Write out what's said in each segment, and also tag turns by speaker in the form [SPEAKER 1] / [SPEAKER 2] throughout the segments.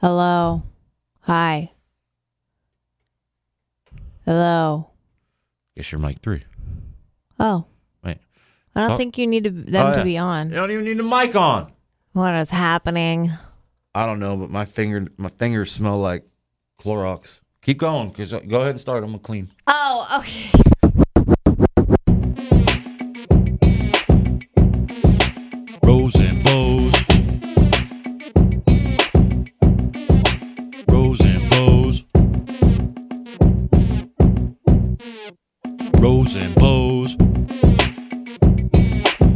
[SPEAKER 1] Hello. Hi. Hello.
[SPEAKER 2] Guess you're mic three.
[SPEAKER 1] Oh,
[SPEAKER 2] Wait.
[SPEAKER 1] I don't
[SPEAKER 2] Oh.
[SPEAKER 1] think you need to, them
[SPEAKER 2] Oh,
[SPEAKER 1] to
[SPEAKER 2] yeah.
[SPEAKER 1] be on.
[SPEAKER 2] You don't even need a mic on.
[SPEAKER 1] What is happening?
[SPEAKER 2] I don't know, but my finger, my fingers smell like Clorox. Keep going, cause uh, go ahead and start. I'm gonna clean.
[SPEAKER 1] Oh, okay.
[SPEAKER 3] Rose and Bows. Rose and Bows. Rose and Bows.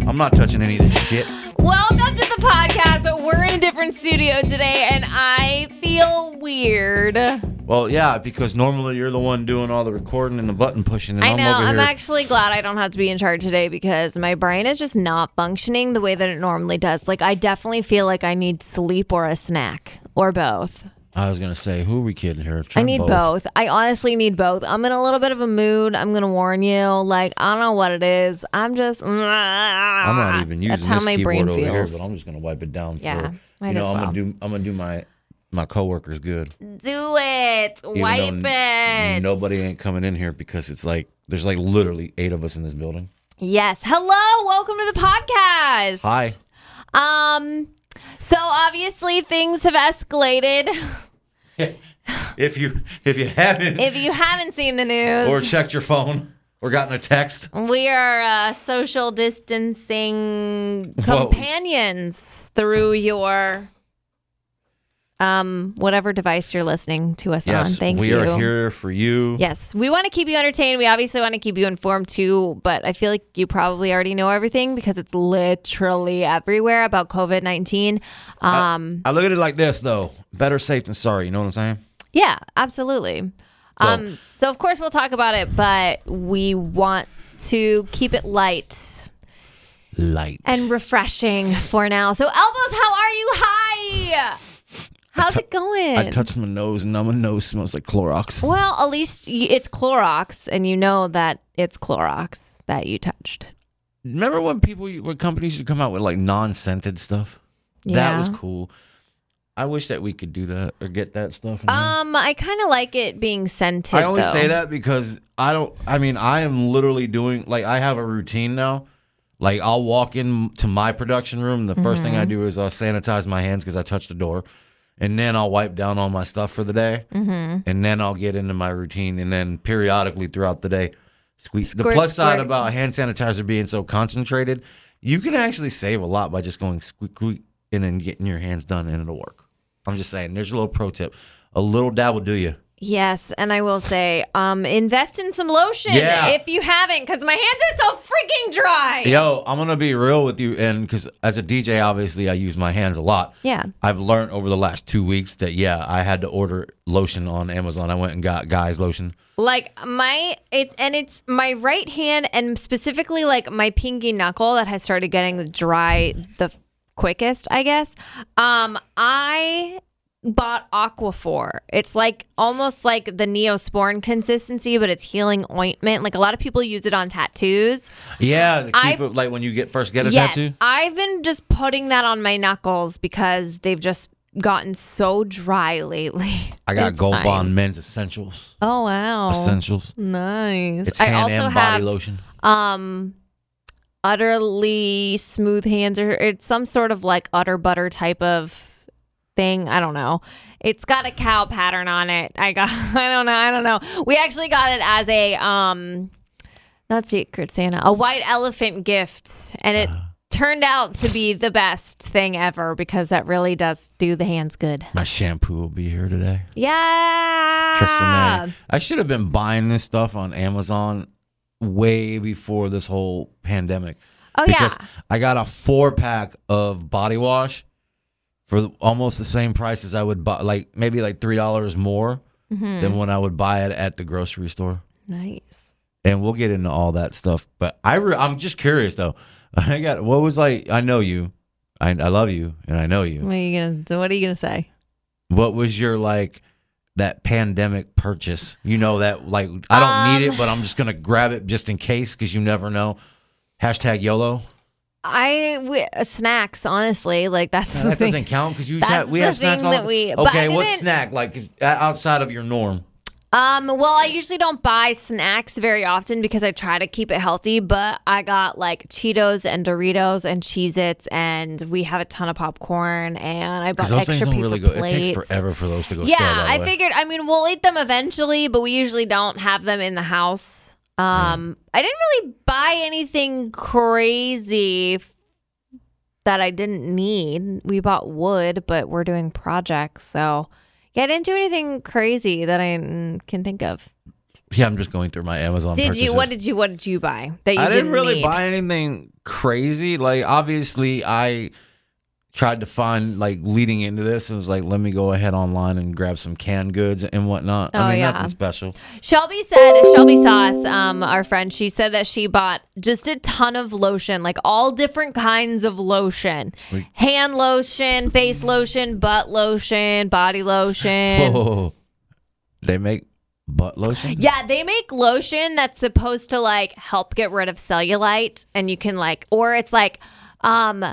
[SPEAKER 2] I'm not touching any of this shit.
[SPEAKER 1] Welcome to the podcast, but we're in a different studio today, and I feel weird.
[SPEAKER 2] Well, yeah, because normally you're the one doing all the recording and the button pushing, and
[SPEAKER 1] I
[SPEAKER 2] am
[SPEAKER 1] know.
[SPEAKER 2] over
[SPEAKER 1] I'm
[SPEAKER 2] here.
[SPEAKER 1] actually glad I don't have to be in charge today because my brain is just not functioning the way that it normally does. Like, I definitely feel like I need sleep or a snack or both.
[SPEAKER 2] I was gonna say, who are we kidding here?
[SPEAKER 1] I need both. I honestly need both. I'm in a little bit of a mood. I'm gonna warn you. Like I don't know what it is. I'm just. I'm
[SPEAKER 2] I'm not
[SPEAKER 1] not
[SPEAKER 2] even using
[SPEAKER 1] Uh, That's how
[SPEAKER 2] this
[SPEAKER 1] my
[SPEAKER 2] keyboard
[SPEAKER 1] brain
[SPEAKER 2] over
[SPEAKER 1] feels.
[SPEAKER 2] here, but I'm just gonna wipe it down.
[SPEAKER 1] Yeah,
[SPEAKER 2] for,
[SPEAKER 1] might
[SPEAKER 2] you know,
[SPEAKER 1] as
[SPEAKER 2] I'm
[SPEAKER 1] well.
[SPEAKER 2] gonna do. I'm gonna do my my coworkers good.
[SPEAKER 1] Do it.
[SPEAKER 2] even
[SPEAKER 1] Wipe
[SPEAKER 2] though
[SPEAKER 1] it.
[SPEAKER 2] Nobody ain't coming in here because it's like there's like literally eight of us in this building.
[SPEAKER 1] Yes. Hello. Welcome to the podcast.
[SPEAKER 2] Hi.
[SPEAKER 1] Um. So obviously things have escalated.
[SPEAKER 2] If you if you haven't
[SPEAKER 1] if you haven't seen the news,
[SPEAKER 2] or checked your phone or gotten a text,
[SPEAKER 1] we are uh, social distancing
[SPEAKER 2] Whoa.
[SPEAKER 1] companions through your um whatever device you're listening to us on.
[SPEAKER 2] yes,
[SPEAKER 1] Thank
[SPEAKER 2] we
[SPEAKER 1] you.
[SPEAKER 2] are here for you.
[SPEAKER 1] Yes, we want to keep you entertained. We obviously want to keep you informed too, but I feel like you probably already know everything because it's literally everywhere about COVID nineteen.
[SPEAKER 2] Uh,
[SPEAKER 1] Um,
[SPEAKER 2] I look at it like this though: better safe than sorry. You know what I'm saying?
[SPEAKER 1] yeah, absolutely. um, so of course we'll talk about it, but we want to keep it light.
[SPEAKER 2] Light.
[SPEAKER 1] and refreshing for now. So, elbows, how are you? Hi. How's it going?
[SPEAKER 2] I touched my nose, and now my nose smells like Clorox.
[SPEAKER 1] well, at least y- it's Clorox, and you know that it's Clorox that you touched.
[SPEAKER 2] Remember when people, when companies should come out with like non-scented stuff? That was cool. I wish that we could do that or get that stuff. in here.
[SPEAKER 1] Um, I kind of like it being scented.
[SPEAKER 2] I only
[SPEAKER 1] though.
[SPEAKER 2] say that because I don't. I mean, I am literally doing like I have a routine now. Like I'll walk in to my production room. The 1st thing I do is I'll sanitize my hands because I touched the door, and then I'll wipe down all my stuff for the day, mm-hmm. and then I'll get into my routine, and then periodically throughout the day, squeeze. the
[SPEAKER 1] Squirt,
[SPEAKER 2] plus side
[SPEAKER 1] squirt.
[SPEAKER 2] about hand sanitizer being so concentrated, you can actually save a lot by just going squeak, squeak, and then getting your hands done, and it'll work. I'm just saying. There's a little pro tip. A little dab will do you.
[SPEAKER 1] Yes, and I will say, um, invest in some lotion
[SPEAKER 2] Yeah.
[SPEAKER 1] if you haven't, because my hands are so freaking dry.
[SPEAKER 2] Yo, I'm gonna be real with you, and because as a DJ, obviously I use my hands a lot.
[SPEAKER 1] Yeah.
[SPEAKER 2] I've learned over the last two weeks that yeah, I had to order lotion on Amazon. I went and got guys lotion.
[SPEAKER 1] Like my it and it's my right hand and specifically like my pinky knuckle that has started getting dry the f- quickest, I guess. Um I bought Aquaphor. It's like almost like the Neosporin consistency, but it's healing ointment. Like a lot of people use it on tattoos.
[SPEAKER 2] Yeah, to keep
[SPEAKER 1] I-
[SPEAKER 2] it like when you get first get a
[SPEAKER 1] yes,
[SPEAKER 2] tattoo.
[SPEAKER 1] I've been just putting that on my knuckles because they've just gotten so dry lately.
[SPEAKER 2] I got
[SPEAKER 1] It's
[SPEAKER 2] Gold
[SPEAKER 1] fine.
[SPEAKER 2] Bond Men's Essentials.
[SPEAKER 1] Oh wow.
[SPEAKER 2] Essentials.
[SPEAKER 1] Nice.
[SPEAKER 2] It's
[SPEAKER 1] I
[SPEAKER 2] hand
[SPEAKER 1] also
[SPEAKER 2] and
[SPEAKER 1] have
[SPEAKER 2] body lotion.
[SPEAKER 1] um utterly smooth hands or it's some sort of like utter butter type of thing i don't know it's got a cow pattern on it i got i don't know i don't know we actually got it as a um not secret santa a white elephant gift and it
[SPEAKER 2] Uh-huh.
[SPEAKER 1] turned out to be the best thing ever because that really does do the hands good
[SPEAKER 2] My shampoo will be here today.
[SPEAKER 1] yeah
[SPEAKER 2] Trust me.
[SPEAKER 1] Ah.
[SPEAKER 2] I should have been buying this stuff on Amazon way before this whole pandemic.
[SPEAKER 1] oh yeah
[SPEAKER 2] because I got a four pack of body wash for almost the same price as I would buy, like maybe like three dollars more than
[SPEAKER 1] Mm.
[SPEAKER 2] when I would buy it at the grocery store.
[SPEAKER 1] Mm-hmm. nice
[SPEAKER 2] And we'll get into all that stuff, but I re- I'm just curious though. I got what was like? I know you, I I love you, and I know you.
[SPEAKER 1] what are you gonna what are you gonna say
[SPEAKER 2] What was your like? That pandemic purchase, you know that like
[SPEAKER 1] Um,
[SPEAKER 2] I don't need it, but I'm just gonna grab it just in case because you never know. Hashtag YOLO.
[SPEAKER 1] I we, uh, snacks honestly like that's
[SPEAKER 2] Nah,
[SPEAKER 1] the
[SPEAKER 2] that
[SPEAKER 1] thing.
[SPEAKER 2] doesn't count because you
[SPEAKER 1] That's
[SPEAKER 2] had, we
[SPEAKER 1] the
[SPEAKER 2] had snacks
[SPEAKER 1] thing
[SPEAKER 2] all
[SPEAKER 1] that
[SPEAKER 2] the-
[SPEAKER 1] we- but I
[SPEAKER 2] Okay, what
[SPEAKER 1] didn't-
[SPEAKER 2] snack like is uh, outside of your norm?
[SPEAKER 1] Um, well, I usually don't buy snacks very often because I try to keep it healthy, but I got like Cheetos and Doritos and Cheez Its, and we have a ton of popcorn, and I bought
[SPEAKER 2] Because those
[SPEAKER 1] extra
[SPEAKER 2] things don't
[SPEAKER 1] paper
[SPEAKER 2] really go.
[SPEAKER 1] plates.
[SPEAKER 2] It takes forever for those to go. stale,
[SPEAKER 1] Yeah,
[SPEAKER 2] by the
[SPEAKER 1] I
[SPEAKER 2] way.
[SPEAKER 1] figured. I mean, we'll eat them eventually, but we usually don't have them in the house. Um, I didn't really buy anything crazy f- that I didn't need. We bought wood, but we're doing projects, so yeah, I didn't do anything crazy that I mm, can think of.
[SPEAKER 2] Yeah, I'm just going through my Amazon.
[SPEAKER 1] Did you?
[SPEAKER 2] purchases.
[SPEAKER 1] What did you? What did you buy that you
[SPEAKER 2] I didn't really
[SPEAKER 1] need?
[SPEAKER 2] buy anything crazy. Like obviously, I tried to find like leading into this. It was like, let me go ahead online and grab some canned goods and whatnot.
[SPEAKER 1] Oh,
[SPEAKER 2] I mean,
[SPEAKER 1] yeah.
[SPEAKER 2] nothing special.
[SPEAKER 1] Shelby said, Shelby Sauce, um, our friend, she said that she bought just a ton of lotion, like all different kinds of lotion hand lotion, face lotion, butt lotion, body lotion.
[SPEAKER 2] Whoa. They make butt lotion.
[SPEAKER 1] Yeah, they make lotion that's supposed to like help get rid of cellulite, and you can like, or it's like, um,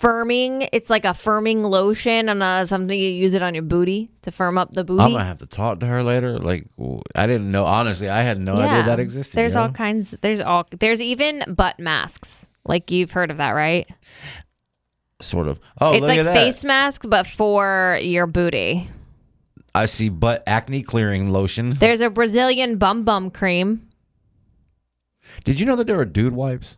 [SPEAKER 1] firming. It's like a firming lotion, and uh, something you use it on your booty to firm up the booty.
[SPEAKER 2] I'm gonna have to talk to her later. Like, w- I didn't know. Honestly, I had no idea that existed.
[SPEAKER 1] There's
[SPEAKER 2] you
[SPEAKER 1] all
[SPEAKER 2] know?
[SPEAKER 1] kinds. There's all. There's even butt masks. Like you've heard of that, right?
[SPEAKER 2] sort of. Oh,
[SPEAKER 1] it's
[SPEAKER 2] look
[SPEAKER 1] like
[SPEAKER 2] at that.
[SPEAKER 1] face masks, but for your booty.
[SPEAKER 2] I see butt acne clearing lotion.
[SPEAKER 1] There's a Brazilian bum bum cream.
[SPEAKER 2] Did you know that there are dude wipes?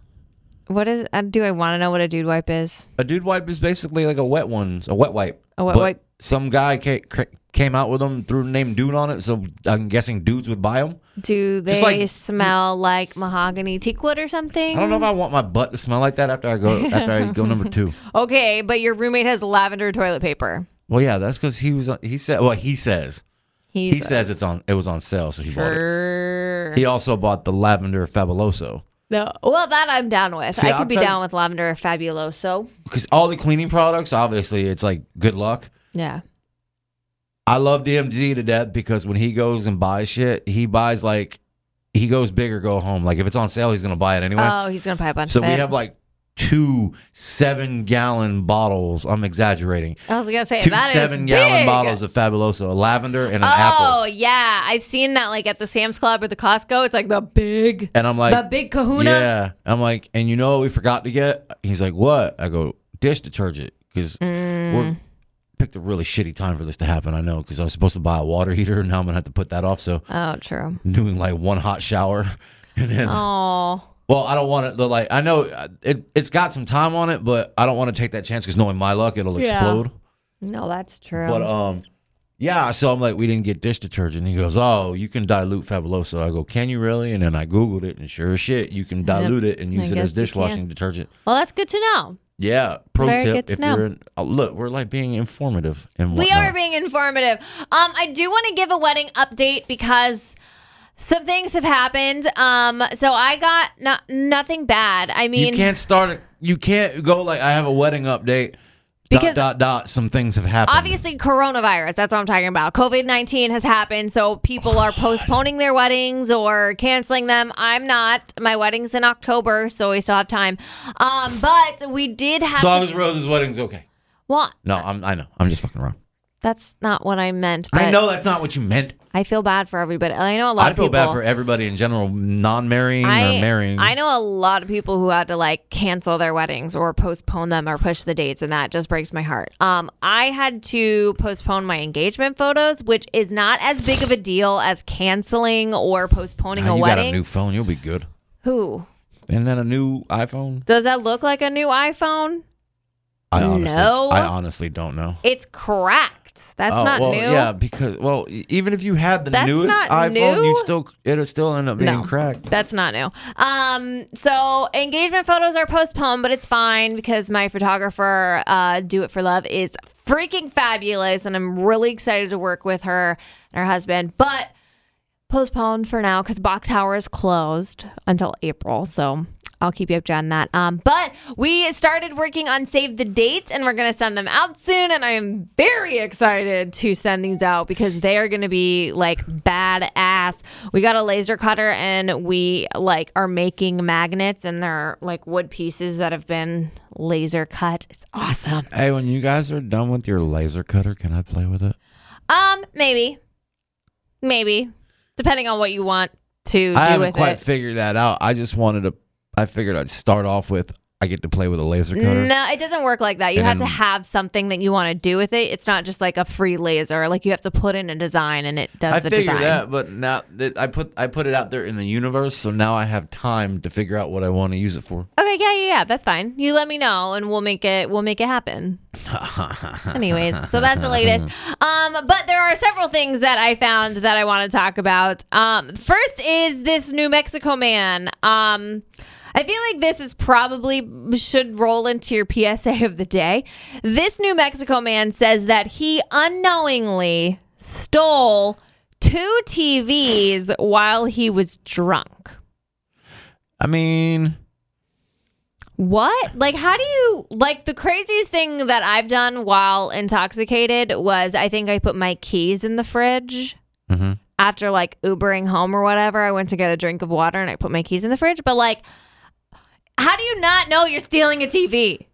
[SPEAKER 1] What is? uh, Do I want to know what a dude wipe is?
[SPEAKER 2] A dude wipe is basically like a wet one, a wet wipe.
[SPEAKER 1] A wet
[SPEAKER 2] But
[SPEAKER 1] wipe.
[SPEAKER 2] Some guy ca- cr- came out with them, threw the name dude on it, so I'm guessing dudes would buy them.
[SPEAKER 1] Do they
[SPEAKER 2] like-
[SPEAKER 1] smell like mahogany teakwood or something?
[SPEAKER 2] I don't know if I want my butt to smell like that after I go after I go number two.
[SPEAKER 1] Okay, but your roommate has lavender toilet paper.
[SPEAKER 2] Well, yeah, that's because he was on- he said well he says he says it's on it was on sale, so he bought it.
[SPEAKER 1] Sure.
[SPEAKER 2] He also bought the lavender fabuloso.
[SPEAKER 1] No. Well, that I'm down with.
[SPEAKER 2] See,
[SPEAKER 1] I could
[SPEAKER 2] I'll
[SPEAKER 1] be
[SPEAKER 2] tell you-
[SPEAKER 1] down with lavender or fabuloso.
[SPEAKER 2] because all the cleaning products, obviously, it's like good luck.
[SPEAKER 1] Yeah.
[SPEAKER 2] I love DMG to death because when he goes and buys shit, he buys like he goes big or go home. Like if it's on sale, he's gonna buy it anyway.
[SPEAKER 1] Oh, he's gonna buy a bunch
[SPEAKER 2] so
[SPEAKER 1] of
[SPEAKER 2] we
[SPEAKER 1] it.
[SPEAKER 2] have like two seven gallon bottles. I'm exaggerating.
[SPEAKER 1] I was gonna say
[SPEAKER 2] Two
[SPEAKER 1] that is
[SPEAKER 2] seven gallon
[SPEAKER 1] big.
[SPEAKER 2] bottles of Fabuloso, a lavender and an
[SPEAKER 1] Oh
[SPEAKER 2] apple.
[SPEAKER 1] yeah, I've seen that like at the Sam's Club or the Costco. It's like the big,
[SPEAKER 2] And I'm like,
[SPEAKER 1] the big Kahuna.
[SPEAKER 2] Yeah. I'm like, and you know what we forgot to get? He's like, what? I go, dish detergent. Because
[SPEAKER 1] Mm.
[SPEAKER 2] we're picked a really shitty time for this to happen. I know, because I was supposed to buy a water heater, and now I'm going to have to put that off. So
[SPEAKER 1] Oh, true.
[SPEAKER 2] I'm doing like one hot shower. And then,
[SPEAKER 1] Oh,
[SPEAKER 2] well, I don't want it. the, Like, I know uh, it, it's got some time on it, but I don't want to take that chance because knowing my luck, it'll
[SPEAKER 1] Yeah.
[SPEAKER 2] explode.
[SPEAKER 1] no, that's true.
[SPEAKER 2] But um, yeah. So I'm like, we didn't get dish detergent. He goes, oh, you can dilute Fabuloso. I go, can you really? And then I googled it, and sure as shit, you can dilute it and
[SPEAKER 1] I
[SPEAKER 2] use it
[SPEAKER 1] guess
[SPEAKER 2] as
[SPEAKER 1] you can.
[SPEAKER 2] dishwashing detergent.
[SPEAKER 1] well, that's good to know.
[SPEAKER 2] Yeah. Pro
[SPEAKER 1] Very
[SPEAKER 2] tip:
[SPEAKER 1] good to
[SPEAKER 2] If
[SPEAKER 1] know.
[SPEAKER 2] you're in, oh, look, we're like being informative and
[SPEAKER 1] We
[SPEAKER 2] whatnot.
[SPEAKER 1] are being informative. Um, I do want to give a wedding update because some things have happened. Um, so I got no- nothing bad. I mean,
[SPEAKER 2] you can't start. A, you can't go like I have a wedding update.
[SPEAKER 1] Because-
[SPEAKER 2] dot dot dot. Some things have happened.
[SPEAKER 1] obviously coronavirus that's what i'm talking about covid-19 has happened so people
[SPEAKER 2] Oh
[SPEAKER 1] are postponing their weddings or canceling them i'm not my wedding's in october so we still have time um but we did have
[SPEAKER 2] So
[SPEAKER 1] to,
[SPEAKER 2] long as Rose's wedding's okay.
[SPEAKER 1] well
[SPEAKER 2] No, I'm. I know. I'm just fucking wrong.
[SPEAKER 1] that's not what i meant but
[SPEAKER 2] I know that's not what you meant.
[SPEAKER 1] i feel bad for everybody i know a lot
[SPEAKER 2] I
[SPEAKER 1] of
[SPEAKER 2] feel
[SPEAKER 1] people
[SPEAKER 2] bad for everybody in general, non-marrying
[SPEAKER 1] I,
[SPEAKER 2] or marrying.
[SPEAKER 1] I know a lot of people who had to like cancel their weddings or postpone them or push the dates, and that just breaks my heart. Um, I had to postpone my engagement photos, which is not as big of a deal as canceling or postponing
[SPEAKER 2] Now
[SPEAKER 1] a
[SPEAKER 2] you
[SPEAKER 1] wedding.
[SPEAKER 2] got a new phone. You'll be good.
[SPEAKER 1] who
[SPEAKER 2] Isn't that a new iPhone?
[SPEAKER 1] does that look like a new iPhone?
[SPEAKER 2] I honestly,
[SPEAKER 1] No.
[SPEAKER 2] I honestly don't know.
[SPEAKER 1] It's cracked. That's
[SPEAKER 2] Oh,
[SPEAKER 1] not
[SPEAKER 2] well,
[SPEAKER 1] new.
[SPEAKER 2] Yeah, because well, e- even if you had the
[SPEAKER 1] That's
[SPEAKER 2] newest
[SPEAKER 1] not
[SPEAKER 2] iPhone,
[SPEAKER 1] new.
[SPEAKER 2] you still it'll still end up being
[SPEAKER 1] No.
[SPEAKER 2] cracked.
[SPEAKER 1] That's not new. Um, so engagement photos are postponed, but it's fine because my photographer, uh, Do It for Love, is freaking fabulous, and I'm really excited to work with her and her husband. But postponed for now because Bach Tower is closed until April. So I'll keep you up on that. Um, but we started working on save the dates and we're gonna send them out soon. And I am very excited to send these out because they are gonna be like badass. We got a laser cutter and we like are making magnets and they're like wood pieces that have been laser cut. It's awesome.
[SPEAKER 2] Hey, when you guys are done with your laser cutter, can I play with it?
[SPEAKER 1] Um, maybe, maybe, depending on what you want to
[SPEAKER 2] I
[SPEAKER 1] do
[SPEAKER 2] haven't
[SPEAKER 1] with
[SPEAKER 2] quite
[SPEAKER 1] it.
[SPEAKER 2] figured that out. I just wanted to. I figured I'd start off with I get to play with a laser cutter.
[SPEAKER 1] No, it doesn't work like that. You
[SPEAKER 2] And
[SPEAKER 1] have to
[SPEAKER 2] then-
[SPEAKER 1] have something that you want to do with it. It's not just like a free laser. Like you have to put in a design and it does
[SPEAKER 2] I
[SPEAKER 1] the
[SPEAKER 2] figured
[SPEAKER 1] design.
[SPEAKER 2] that, but now that I put I put it out there in the universe, so now I have time to figure out what I want to use it for.
[SPEAKER 1] Okay, yeah, yeah, yeah. That's fine. You let me know and we'll make it we'll make it happen. Anyways, so that's the latest. Um, but there are several things that I found that I want to talk about. Um, first is this New Mexico man. Um, I feel like this is probably should roll into your PSA of the day. This New Mexico man says that he unknowingly stole two TVs while he was drunk.
[SPEAKER 2] I mean,
[SPEAKER 1] What? Like, how do you like the craziest thing that I've done while intoxicated was I think I put my keys in the fridge after like Ubering home or whatever. I went to get a drink of water and I put my keys in the fridge. But like, how do you not know you're stealing a TV?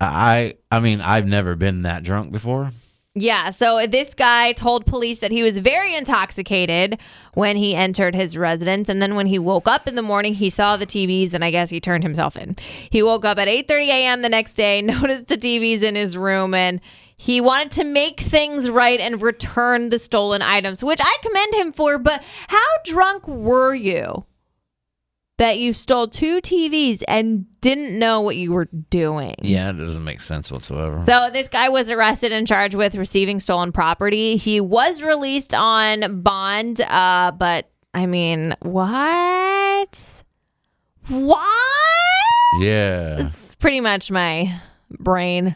[SPEAKER 2] I I mean I've never been that drunk before.
[SPEAKER 1] Yeah, so this guy told police that he was very intoxicated when he entered his residence and then when he woke up in the morning he saw the TVs and I guess he turned himself in. He woke up at 8:30 a.m. the next day, noticed the TVs in his room and he wanted to make things right and return the stolen items, which I commend him for, but how drunk were you that you stole two TVs and didn't know what you were doing?
[SPEAKER 2] Yeah, it doesn't make sense whatsoever.
[SPEAKER 1] So this guy was arrested and charged with receiving stolen property. He was released on bond, uh, but I mean, what? What?
[SPEAKER 2] yeah.
[SPEAKER 1] It's pretty much my brain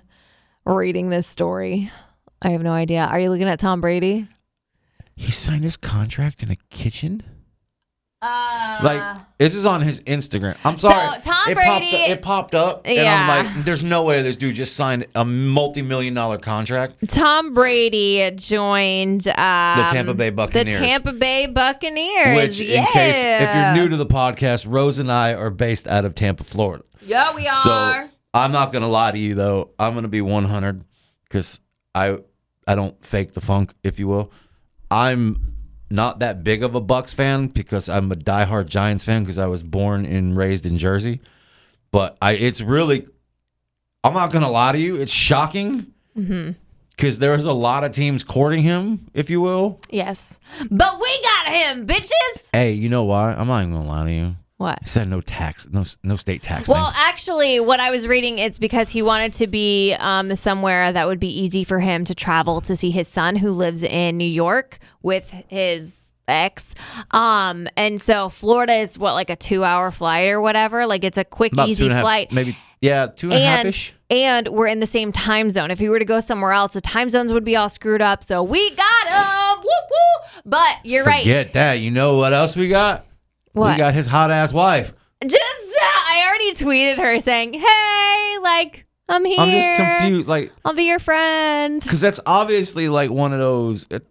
[SPEAKER 1] reading this story. I have no idea. Are you looking at Tom Brady?
[SPEAKER 2] He signed his contract in a kitchen?
[SPEAKER 1] Uh,
[SPEAKER 2] Like this is on his Instagram. I'm sorry.
[SPEAKER 1] Tom
[SPEAKER 2] it
[SPEAKER 1] Brady-
[SPEAKER 2] Popped up, it popped up, and
[SPEAKER 1] Yeah.
[SPEAKER 2] I'm like, "There's no way this dude just signed a multi-million dollar contract."
[SPEAKER 1] Tom Brady joined um,
[SPEAKER 2] Tampa Bay Buccaneers.
[SPEAKER 1] The Tampa Bay Buccaneers.
[SPEAKER 2] Which, in
[SPEAKER 1] yeah.
[SPEAKER 2] case if you're new to the podcast, Rose and I are based out of Tampa, Florida.
[SPEAKER 1] yeah, we
[SPEAKER 2] So
[SPEAKER 1] are.
[SPEAKER 2] I'm not gonna lie to you though. I'm gonna be 100 because I I don't fake the funk, if you will. I'm not that big of a Bucks fan because I'm a diehard Giants fan because I was born and raised in Jersey. But I it's really I'm not gonna lie to you. It's shocking
[SPEAKER 1] Mm-hmm.
[SPEAKER 2] because there's a lot of teams courting him, if you will.
[SPEAKER 1] Yes. But we got him, bitches.
[SPEAKER 2] Hey, you know why? I'm not even gonna lie to you.
[SPEAKER 1] What?
[SPEAKER 2] I said no tax, no no state tax.
[SPEAKER 1] Well,
[SPEAKER 2] thing.
[SPEAKER 1] actually, what I was reading, it's because he wanted to be um, somewhere that would be easy for him to travel to see his son, who lives in New York with his ex. Um, and so Florida is what, like a two-hour flight or whatever. Like it's a quick,
[SPEAKER 2] About two
[SPEAKER 1] easy
[SPEAKER 2] and a half-
[SPEAKER 1] flight.
[SPEAKER 2] maybe yeah, two and a half
[SPEAKER 1] and
[SPEAKER 2] ish.
[SPEAKER 1] and we're in the same time zone. If he were to go somewhere else, the time zones would be all screwed up. So we got him. Whoop whoop. But you're right.
[SPEAKER 2] Forget that. You know what else we got?
[SPEAKER 1] What?
[SPEAKER 2] We got his hot ass wife.
[SPEAKER 1] Just uh, I already tweeted her saying, "Hey, like I'm here.
[SPEAKER 2] I'm just confused, like,
[SPEAKER 1] will be your friend."
[SPEAKER 2] because that's obviously like one of those. It,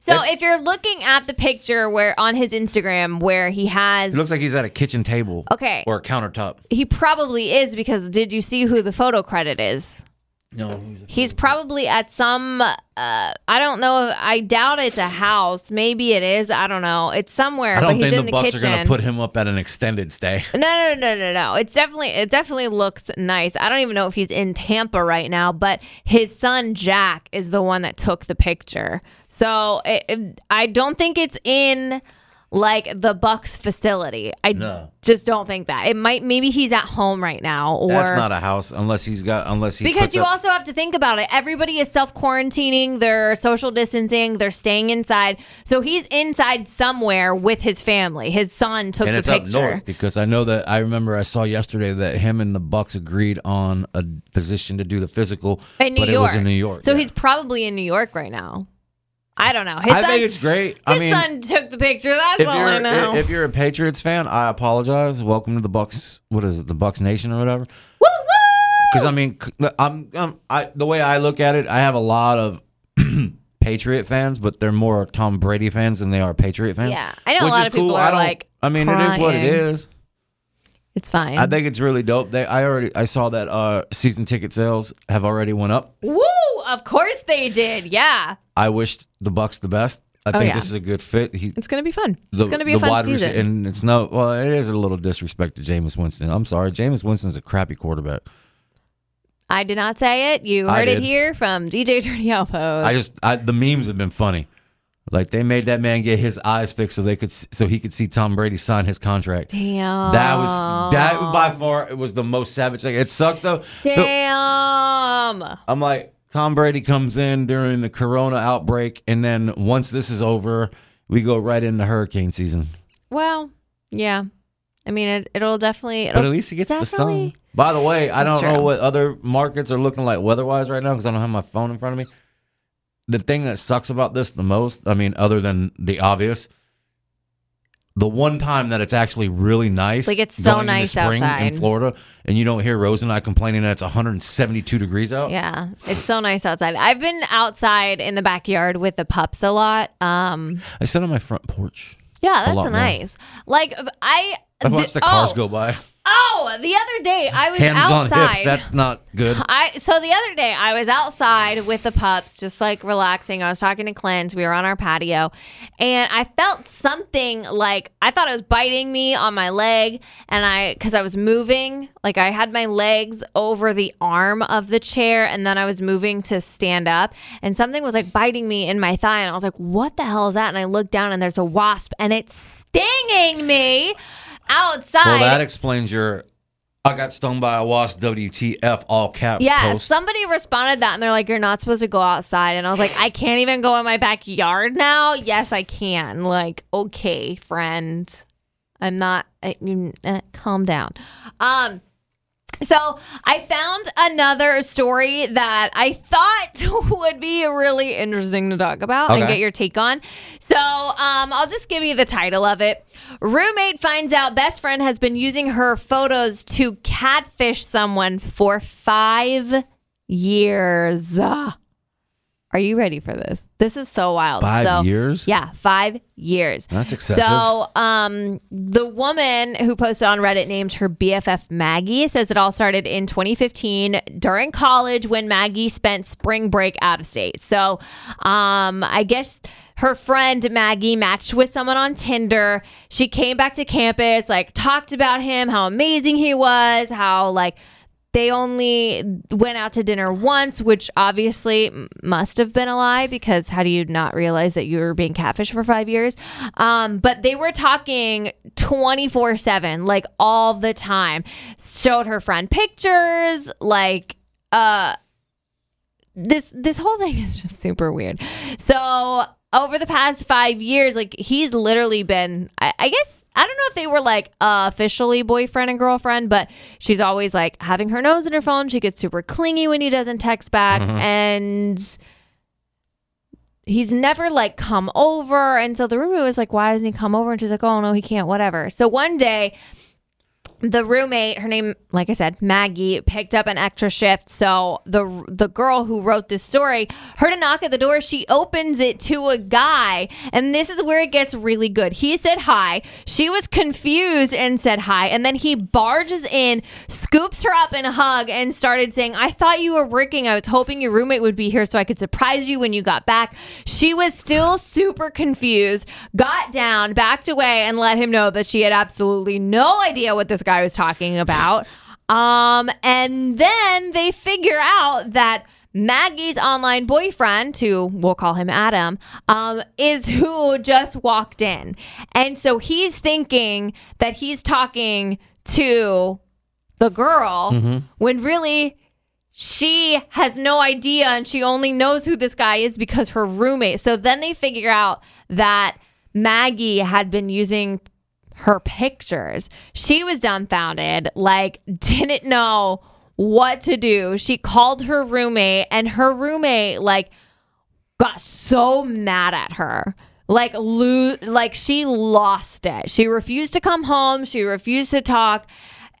[SPEAKER 1] So if you're looking at the picture where on his Instagram where he has
[SPEAKER 2] it looks like he's at a kitchen table,
[SPEAKER 1] Okay.
[SPEAKER 2] or a countertop.
[SPEAKER 1] he probably is because did you see who the photo credit is?
[SPEAKER 2] No,
[SPEAKER 1] He's probably at some uh I don't know I doubt it's a house. Maybe it is. I don't know. It's somewhere
[SPEAKER 2] I
[SPEAKER 1] but
[SPEAKER 2] don't
[SPEAKER 1] he's
[SPEAKER 2] think
[SPEAKER 1] in
[SPEAKER 2] the,
[SPEAKER 1] the,
[SPEAKER 2] Bucks
[SPEAKER 1] kitchen.
[SPEAKER 2] are gonna put him up at an extended stay.
[SPEAKER 1] No, no, no, no, no. It's definitely it definitely looks nice. I don't even know if he's in Tampa right now, but his son Jack is the one that took the picture. So it, it- I don't think it's in like the Bucks facility. I
[SPEAKER 2] No.
[SPEAKER 1] just don't think that. It might maybe he's at home right now or
[SPEAKER 2] That's not a house unless he's got unless he
[SPEAKER 1] because
[SPEAKER 2] puts
[SPEAKER 1] you
[SPEAKER 2] up-
[SPEAKER 1] also have to think about it. Everybody is self quarantining, they're social distancing, they're staying inside. So he's inside somewhere with his family. His son took
[SPEAKER 2] and
[SPEAKER 1] the
[SPEAKER 2] it's
[SPEAKER 1] picture.
[SPEAKER 2] up north because I know that I remember I saw yesterday that him and the Bucks agreed on a physician to do the physical,
[SPEAKER 1] In New
[SPEAKER 2] but
[SPEAKER 1] York.
[SPEAKER 2] it was in New York.
[SPEAKER 1] So
[SPEAKER 2] yeah.
[SPEAKER 1] he's probably in New York right now. I don't know. His
[SPEAKER 2] I
[SPEAKER 1] son,
[SPEAKER 2] think it's great. I
[SPEAKER 1] his
[SPEAKER 2] mean,
[SPEAKER 1] son took the picture. That's
[SPEAKER 2] if
[SPEAKER 1] all I
[SPEAKER 2] you're
[SPEAKER 1] know.
[SPEAKER 2] i- if you're a Patriots fan, I apologize. Welcome to the Bucks. What is it? The Bucks Nation or whatever.
[SPEAKER 1] woo woo!
[SPEAKER 2] Because I mean, c- I'm, I'm I, the way I look at it, I have a lot of Patriot fans, but they're more Tom Brady fans than they are Patriot fans.
[SPEAKER 1] Yeah. I know a
[SPEAKER 2] which
[SPEAKER 1] lot
[SPEAKER 2] is
[SPEAKER 1] of people
[SPEAKER 2] cool.
[SPEAKER 1] are,
[SPEAKER 2] I don't-
[SPEAKER 1] like,
[SPEAKER 2] I mean, it is what it
[SPEAKER 1] crying.
[SPEAKER 2] is.
[SPEAKER 1] It's fine.
[SPEAKER 2] I think it's really dope. They, I already, I saw that uh, season ticket sales have already went up.
[SPEAKER 1] Woo! Of course they did. Yeah.
[SPEAKER 2] I wish the Bucks the best. I think
[SPEAKER 1] Oh, yeah.
[SPEAKER 2] this is a good fit. He,
[SPEAKER 1] It's gonna be fun.
[SPEAKER 2] the,
[SPEAKER 1] it's gonna be
[SPEAKER 2] the
[SPEAKER 1] a fun
[SPEAKER 2] wide rece-
[SPEAKER 1] season.
[SPEAKER 2] and it's no. Well, it is a little disrespect to Jameis Winston. I'm sorry, Jameis Winston's a crappy quarterback.
[SPEAKER 1] I did not say it. You
[SPEAKER 2] I
[SPEAKER 1] heard it
[SPEAKER 2] did.
[SPEAKER 1] here from DJ Dirty Elbows.
[SPEAKER 2] I just I, the memes have been funny. Like they made that man get his eyes fixed so they could s- so he could see Tom Brady sign his contract.
[SPEAKER 1] Damn.
[SPEAKER 2] That was that by far it was the most savage thing. It sucks though. The-
[SPEAKER 1] Damn.
[SPEAKER 2] I'm like Tom Brady comes in during the Corona outbreak, and then once this is over, we go right into hurricane season.
[SPEAKER 1] well, yeah. I mean, it, it'll definitely. It'll,
[SPEAKER 2] But at least he gets the sun.
[SPEAKER 1] definitely-
[SPEAKER 2] By the way, I
[SPEAKER 1] That's
[SPEAKER 2] don't know
[SPEAKER 1] true.
[SPEAKER 2] what other markets are looking like weather-wise right now because I don't have my phone in front of me. The thing that sucks about this the most, I mean, other than the obvious, the one time that it's actually really nice,
[SPEAKER 1] Like, it's so
[SPEAKER 2] going into
[SPEAKER 1] nice
[SPEAKER 2] spring
[SPEAKER 1] outside.
[SPEAKER 2] in Florida, and you don't hear Rose and I complaining that it's 172 degrees out.
[SPEAKER 1] Yeah, it's so nice outside. I've been outside in the backyard with the pups a lot. Um,
[SPEAKER 2] I sit on my front porch.
[SPEAKER 1] yeah,
[SPEAKER 2] lot
[SPEAKER 1] that's
[SPEAKER 2] more.
[SPEAKER 1] nice. Like I,
[SPEAKER 2] I watch
[SPEAKER 1] th-
[SPEAKER 2] the cars
[SPEAKER 1] oh,
[SPEAKER 2] go by.
[SPEAKER 1] Oh, the other day I was
[SPEAKER 2] Hands
[SPEAKER 1] outside.
[SPEAKER 2] on hips. That's not good.
[SPEAKER 1] I so the other day I was outside with the pups, just like relaxing. I was talking to Clint. We were on our patio, and I felt something like I thought it was biting me on my leg, and I because I was moving, like I had my legs over the arm of the chair, and then I was moving to stand up, and something was like biting me in my thigh, and I was like, "What the hell is that?" And I looked down, and there's a wasp, and it's stinging me outside.
[SPEAKER 2] Well, that explains your. I got stung by a wasp. WTF? All caps.
[SPEAKER 1] Yeah,
[SPEAKER 2] post.
[SPEAKER 1] somebody responded that and they're like, You're not supposed to go outside. And I was like, I can't even go in my backyard now. Yes, I can. Like, okay, friend. I'm not, I, you- uh, calm down. Um, so I found another story that I thought would be really interesting to talk about and
[SPEAKER 2] Okay.
[SPEAKER 1] get your take on. So um, I'll just give you the title of it. Roommate finds out best friend has been using her photos to catfish someone for five years. Ah. Are you ready for this? This is so wild.
[SPEAKER 2] Five
[SPEAKER 1] so,
[SPEAKER 2] years?
[SPEAKER 1] Yeah, five years.
[SPEAKER 2] That's excessive.
[SPEAKER 1] So, um, the woman who posted on Reddit named her BFF Maggie says it all started in 2015 during college when Maggie spent spring break out of state. So, um, I guess her friend Maggie matched with someone on Tinder. She came back to campus, like talked about him, how amazing he was, how like they only went out to dinner once, which obviously m- must have been a lie because how do you not realize that you were being catfished for five years? Um, but they were talking 24 7, like all the time. Showed her friend pictures, like, uh, this this whole thing is just super weird. So over the past five years, like he's literally been, I, I guess I don't know if they were like officially boyfriend and girlfriend, but she's always like having her nose in her phone. She gets super clingy when he doesn't text back, and he's never like come over. And so the roommate was like, "Why doesn't he come over?" And she's like, "Oh no, he can't. Whatever." So one day the roommate, her name, like I said, Maggie, picked up an extra shift. So the the girl who wrote this story heard a knock at the door. She opens it to a guy, and this is where it gets really good. He said hi. She was confused and said hi, and then he barges in, scoops her up in a hug, and started saying, "I thought you were working. I was hoping your roommate would be here so I could surprise you when you got back." She was still super confused. Got down, backed away, and let him know that she had absolutely no idea what this guy was talking about. Um, and then they figure out that Maggie's online boyfriend, who we'll call him Adam, um, is who just walked in. And so he's thinking that he's talking to the girl when really she has no idea and she only knows who this guy is because her roommate. So then they figure out that Maggie had been using her pictures. She was dumbfounded, like, didn't know what to do. She called her roommate, and her roommate, like, got so mad at her. Like lo- like she lost it. She refused to come home. She refused to talk,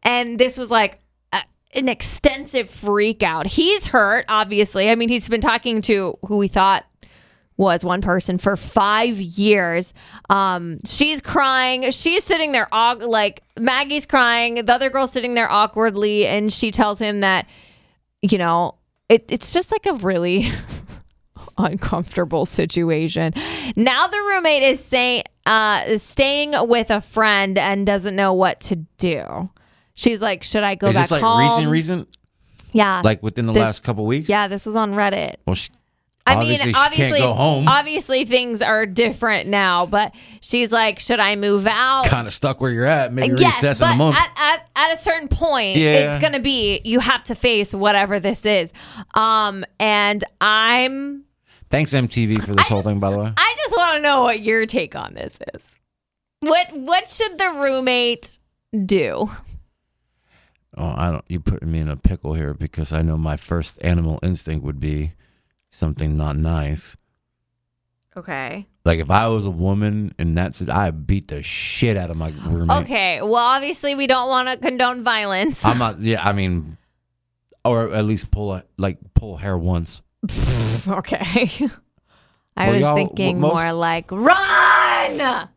[SPEAKER 1] and this was like a, an extensive freak out. He's hurt, obviously. I mean, he's been talking to who he thought was one person for five years. Um, she's crying. She's sitting there, aw- like Maggie's crying. The other girl's sitting there awkwardly, and she tells him that, you know, it, it's just like a really uncomfortable situation. Now the roommate is saying, uh, is staying with a friend and doesn't know what to do. She's like, should I go
[SPEAKER 2] Is
[SPEAKER 1] back
[SPEAKER 2] this like
[SPEAKER 1] home?
[SPEAKER 2] recent, recent?
[SPEAKER 1] yeah,
[SPEAKER 2] Like within the
[SPEAKER 1] This-
[SPEAKER 2] last couple weeks?
[SPEAKER 1] yeah. This was on Reddit.
[SPEAKER 2] Well, she,
[SPEAKER 1] I
[SPEAKER 2] obviously,
[SPEAKER 1] mean,
[SPEAKER 2] she
[SPEAKER 1] obviously,
[SPEAKER 2] can't go home.
[SPEAKER 1] obviously things are different now, but she's like, should I move out?
[SPEAKER 2] Kind of stuck where you're at. Maybe
[SPEAKER 1] Yes,
[SPEAKER 2] recess in
[SPEAKER 1] but
[SPEAKER 2] a month.
[SPEAKER 1] at, at, at a certain point,
[SPEAKER 2] Yeah.
[SPEAKER 1] it's gonna be you have to face whatever this is. Um, and I'm
[SPEAKER 2] Thanks MTV for this whole thing, by the way.
[SPEAKER 1] I just want to know what your take on this is. What what should the roommate do?
[SPEAKER 2] Oh, I don't. You put me in a pickle here because I know my first animal instinct would be something not nice.
[SPEAKER 1] Okay.
[SPEAKER 2] Like if I was a woman and that's it, I beat the shit out of my roommate.
[SPEAKER 1] Okay. Well, obviously we don't want to condone violence.
[SPEAKER 2] Mm. I'm not. Yeah, I mean, or at least pull a like pull hair once.
[SPEAKER 1] okay. I
[SPEAKER 2] Well,
[SPEAKER 1] was
[SPEAKER 2] y'all-
[SPEAKER 1] thinking
[SPEAKER 2] most-
[SPEAKER 1] more like run.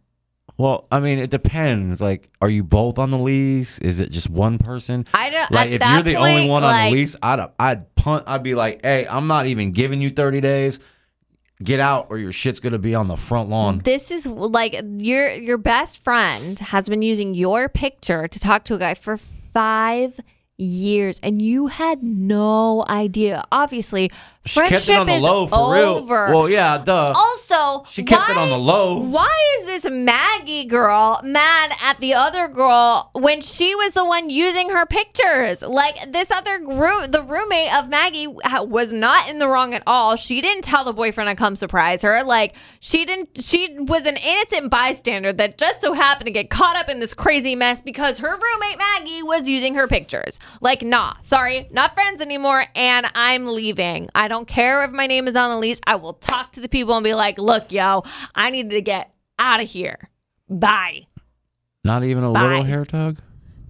[SPEAKER 2] Well, I mean, it depends. Like, are you both on the lease? Is it just one person?
[SPEAKER 1] I don't.
[SPEAKER 2] Like,
[SPEAKER 1] at
[SPEAKER 2] if
[SPEAKER 1] that
[SPEAKER 2] you're the only
[SPEAKER 1] point,
[SPEAKER 2] one on
[SPEAKER 1] like,
[SPEAKER 2] the lease, I'd I'd punt. I'd be like, hey, I'm not even giving you 30 days. Get out, or your shit's gonna be on the front lawn.
[SPEAKER 1] This is like your your best friend has been using your picture to talk to a guy for five years, and you had no idea. Obviously,
[SPEAKER 2] She
[SPEAKER 1] friendship
[SPEAKER 2] kept it on the
[SPEAKER 1] is
[SPEAKER 2] low for
[SPEAKER 1] over. Oh,
[SPEAKER 2] real. Well, yeah, duh.
[SPEAKER 1] also,
[SPEAKER 2] she kept it
[SPEAKER 1] why-
[SPEAKER 2] on the low.
[SPEAKER 1] Why is this Maggie girl mad at the other girl when she was the one using her pictures? Like this other group, the roommate of Maggie ha- was not in the wrong at all. She didn't tell the boyfriend to come surprise her. Like she didn't. She was an innocent bystander that just so happened to get caught up in this crazy mess because her roommate Maggie was using her pictures. Like, nah, sorry, not friends anymore, and I'm leaving. I don't care if my name is on the lease. I will talk to the people and be like, look, yo, I need to get out of here. Bye.
[SPEAKER 2] Not even a
[SPEAKER 1] Bye.
[SPEAKER 2] little hair tug.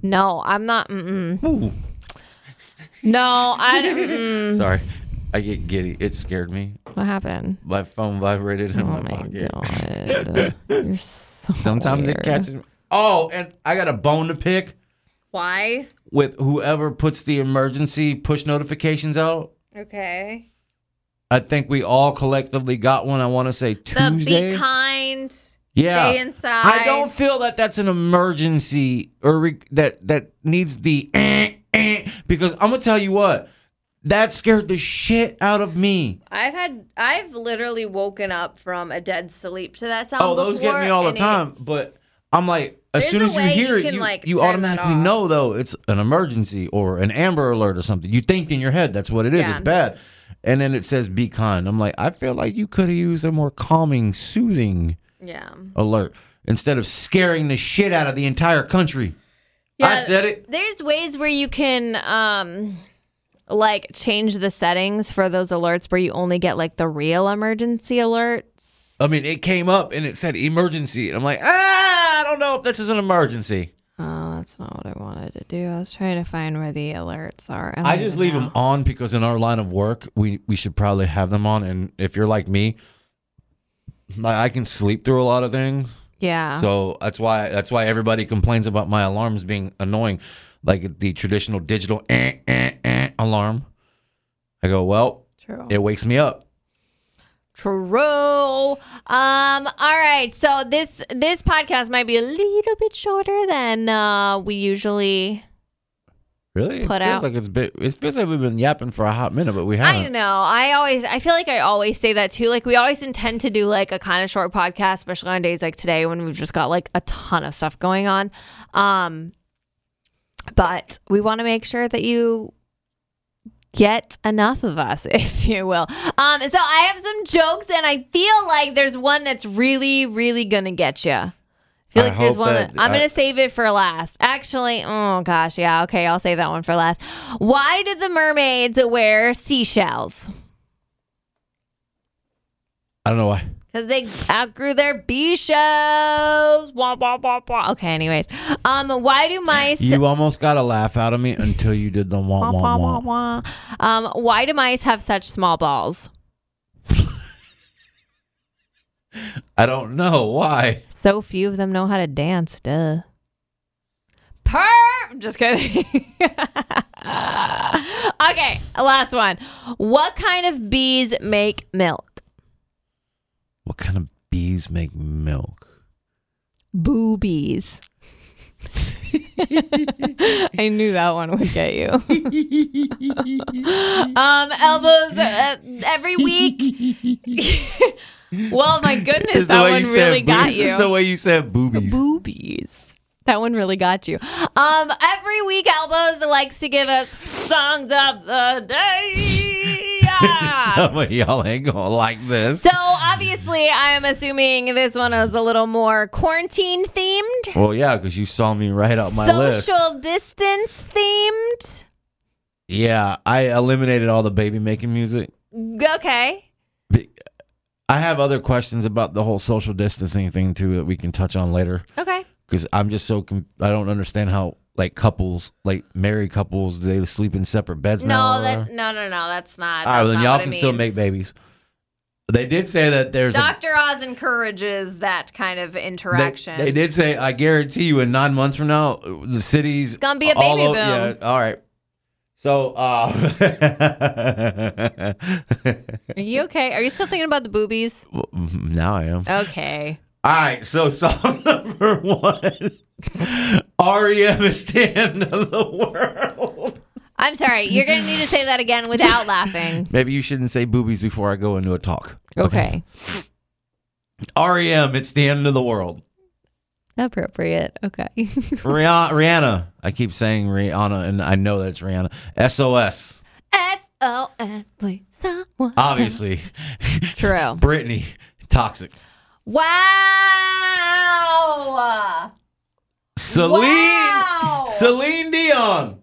[SPEAKER 1] No, I'm not. Mm-mm. No, I didn't. mm.
[SPEAKER 2] Sorry, I get giddy. It scared me.
[SPEAKER 1] What happened?
[SPEAKER 2] My phone vibrated in
[SPEAKER 1] Oh
[SPEAKER 2] my,
[SPEAKER 1] my
[SPEAKER 2] pocket.
[SPEAKER 1] god. You're so
[SPEAKER 2] Sometimes
[SPEAKER 1] weird.
[SPEAKER 2] it catches me. Oh, and I got a bone to pick
[SPEAKER 1] Why?
[SPEAKER 2] with whoever puts the emergency push notifications out.
[SPEAKER 1] Okay.
[SPEAKER 2] I think we all collectively got one. I want to say
[SPEAKER 1] The
[SPEAKER 2] Tuesday.
[SPEAKER 1] be kind.
[SPEAKER 2] yeah.
[SPEAKER 1] Stay inside.
[SPEAKER 2] I don't feel that that's an emergency or re- that that needs the eh, eh, because I'm gonna tell you what that scared the shit out of me.
[SPEAKER 1] I've had I've literally woken up from a dead sleep to that sound.
[SPEAKER 2] Oh, those get
[SPEAKER 1] before,
[SPEAKER 2] me all the
[SPEAKER 1] and it-
[SPEAKER 2] time. but I'm like, as
[SPEAKER 1] There's
[SPEAKER 2] soon
[SPEAKER 1] a
[SPEAKER 2] as you
[SPEAKER 1] way
[SPEAKER 2] hear
[SPEAKER 1] you
[SPEAKER 2] it,
[SPEAKER 1] can,
[SPEAKER 2] you,
[SPEAKER 1] like,
[SPEAKER 2] you
[SPEAKER 1] turn that
[SPEAKER 2] automatically
[SPEAKER 1] off.
[SPEAKER 2] know though it's an emergency or an Amber Alert or something. You think in your head that's what it is.
[SPEAKER 1] Yeah.
[SPEAKER 2] It's bad. And then it says be kind. I'm like, I feel like you could have used a more calming, soothing
[SPEAKER 1] yeah.
[SPEAKER 2] alert instead of scaring the shit out of the entire country. I
[SPEAKER 1] Yeah.
[SPEAKER 2] said it.
[SPEAKER 1] There's ways where you can um like change the settings for those alerts where you only get like the real emergency alerts.
[SPEAKER 2] I mean, it came up and it said emergency. And I'm like, ah, I don't know if this is an emergency.
[SPEAKER 1] Oh, that's not what I wanted to do. I was trying to find where the alerts are.
[SPEAKER 2] I just leave them on because in our line of work, we we should probably have them on. And if you're like me, like I can sleep through a lot of things,
[SPEAKER 1] Yeah.
[SPEAKER 2] so that's why that's why everybody complains about my alarms being annoying, like the traditional digital eh, eh, eh, alarm. I go, well,
[SPEAKER 1] True.
[SPEAKER 2] it wakes me up.
[SPEAKER 1] True. Um. All right. So this this podcast might be a little bit shorter than uh, we usually.
[SPEAKER 2] Really,
[SPEAKER 1] Put
[SPEAKER 2] it feels
[SPEAKER 1] out.
[SPEAKER 2] like it's been, it feels like we've been yapping for a hot minute, but we
[SPEAKER 1] I
[SPEAKER 2] haven't.
[SPEAKER 1] know. I always. I feel like I always say that too. Like we always intend to do like a kind of short podcast, especially on days like today when we've just got like a ton of stuff going on. Um. But we want to make sure that you get enough of us, if you will. Um. So I have some jokes, and I feel like there's one that's really, really gonna get you. I feel
[SPEAKER 2] I
[SPEAKER 1] like there's
[SPEAKER 2] hope
[SPEAKER 1] one.
[SPEAKER 2] that-
[SPEAKER 1] I'm
[SPEAKER 2] I-
[SPEAKER 1] gonna save it for last. Actually, oh gosh, yeah, okay, I'll save that one for last. Why do the mermaids wear seashells?
[SPEAKER 2] I don't know why.
[SPEAKER 1] Because they outgrew their bee shows. Wah, wah, wah, wah. Okay, anyways. Um, why do mice.
[SPEAKER 2] You almost got a laugh out of me until you did the
[SPEAKER 1] Wah,
[SPEAKER 2] wah wah
[SPEAKER 1] wah,
[SPEAKER 2] wah.
[SPEAKER 1] wah, wah. Um, why do mice have such small balls?
[SPEAKER 2] I don't know why.
[SPEAKER 1] So few of them know how to dance. Duh. Perp! Just kidding. okay, last one. What kind of bees make milk?
[SPEAKER 2] What kind of bees make milk?
[SPEAKER 1] Boobies. I knew that one would get you. um, elbows uh, every week. well, my goodness,
[SPEAKER 2] This is the
[SPEAKER 1] that
[SPEAKER 2] way
[SPEAKER 1] one
[SPEAKER 2] you said
[SPEAKER 1] really
[SPEAKER 2] boobies.
[SPEAKER 1] got
[SPEAKER 2] This
[SPEAKER 1] you.
[SPEAKER 2] is the way you said boobies.
[SPEAKER 1] boobies. That one really got you. Um, every week, Elbows likes to give us songs of the day.
[SPEAKER 2] Some of y'all ain't gonna like this.
[SPEAKER 1] so obviously, I am assuming this one is a little more quarantine themed,
[SPEAKER 2] well, yeah, because you saw me right up my list.
[SPEAKER 1] social distance themed.
[SPEAKER 2] Yeah, I eliminated all the baby making music.
[SPEAKER 1] Okay,
[SPEAKER 2] Be- I have other questions about the whole social distancing thing too that we can touch on later
[SPEAKER 1] okay.
[SPEAKER 2] because I'm just so com- I don't understand how like couples like married couples do they sleep in separate beds now.
[SPEAKER 1] No,
[SPEAKER 2] or
[SPEAKER 1] that
[SPEAKER 2] whatever?
[SPEAKER 1] no, no, no. That's not.
[SPEAKER 2] all right,
[SPEAKER 1] that's
[SPEAKER 2] then
[SPEAKER 1] not
[SPEAKER 2] y'all
[SPEAKER 1] what it
[SPEAKER 2] can still make
[SPEAKER 1] means.
[SPEAKER 2] babies. They did say that there's a
[SPEAKER 1] Doctor Oz encourages that kind of
[SPEAKER 2] They-
[SPEAKER 1] interaction.
[SPEAKER 2] They, did say, I guarantee you, in nine months from now, the cities. It's
[SPEAKER 1] gonna be a baby boom.
[SPEAKER 2] Yeah, all right. So, uh,
[SPEAKER 1] Are you okay? Are you still thinking about the boobies?
[SPEAKER 2] now I am.
[SPEAKER 1] Okay.
[SPEAKER 2] All right. So, song number one REM is the end of the world.
[SPEAKER 1] I'm sorry. You're going to need to say that again without laughing.
[SPEAKER 2] Maybe you shouldn't say boobies before I go into a talk.
[SPEAKER 1] Okay.
[SPEAKER 2] REM, it's the end of the world.
[SPEAKER 1] Appropriate. Okay.
[SPEAKER 2] Rihanna, Rihanna. I keep saying Rihanna, and I know that's Rihanna. SOS,
[SPEAKER 1] S O S, please. Someone.
[SPEAKER 2] Ah. obviously.
[SPEAKER 1] True.
[SPEAKER 2] Brittany, toxic.
[SPEAKER 1] Wow.
[SPEAKER 2] Celine,
[SPEAKER 1] Wow.
[SPEAKER 2] Celine Dion.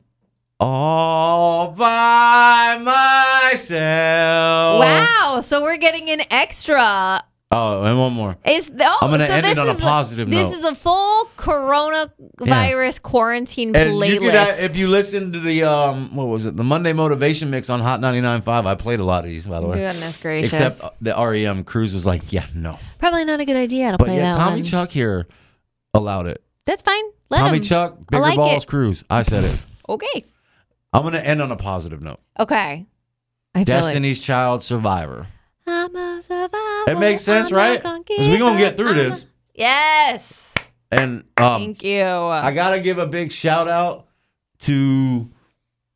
[SPEAKER 2] All by myself.
[SPEAKER 1] Wow. So we're getting an extra.
[SPEAKER 2] Oh, and one more.
[SPEAKER 1] Is oh,
[SPEAKER 2] I'm gonna
[SPEAKER 1] so
[SPEAKER 2] end it
[SPEAKER 1] this
[SPEAKER 2] on a
[SPEAKER 1] is
[SPEAKER 2] positive
[SPEAKER 1] This
[SPEAKER 2] note.
[SPEAKER 1] is a full coronavirus quarantine
[SPEAKER 2] And
[SPEAKER 1] playlist.
[SPEAKER 2] you could, uh, if you listen to the um, what was it? The Monday motivation mix on Hot 99.5. I played a lot of these, by the way.
[SPEAKER 1] Goodness gracious.
[SPEAKER 2] Except uh, the REM Cruz was like, yeah, no.
[SPEAKER 1] Probably not a good idea to
[SPEAKER 2] But
[SPEAKER 1] play
[SPEAKER 2] yeah,
[SPEAKER 1] that
[SPEAKER 2] Tommy
[SPEAKER 1] one.
[SPEAKER 2] Chuck here allowed it.
[SPEAKER 1] That's fine. Let
[SPEAKER 2] Tommy
[SPEAKER 1] him.
[SPEAKER 2] Chuck, bigger
[SPEAKER 1] like
[SPEAKER 2] balls,
[SPEAKER 1] it.
[SPEAKER 2] Cruz. I said it.
[SPEAKER 1] Okay.
[SPEAKER 2] I'm gonna end on a positive note.
[SPEAKER 1] Okay. I feel like-
[SPEAKER 2] Destiny's Child Survivor.
[SPEAKER 1] I'm a survivor.
[SPEAKER 2] It makes sense,
[SPEAKER 1] Oh, I'm
[SPEAKER 2] right?
[SPEAKER 1] not gonna
[SPEAKER 2] 'Cause we
[SPEAKER 1] give
[SPEAKER 2] gonna get
[SPEAKER 1] up.
[SPEAKER 2] through
[SPEAKER 1] I'm
[SPEAKER 2] this.
[SPEAKER 1] a- Yes.
[SPEAKER 2] And um,
[SPEAKER 1] Thank you.
[SPEAKER 2] I gotta give a big shout out to,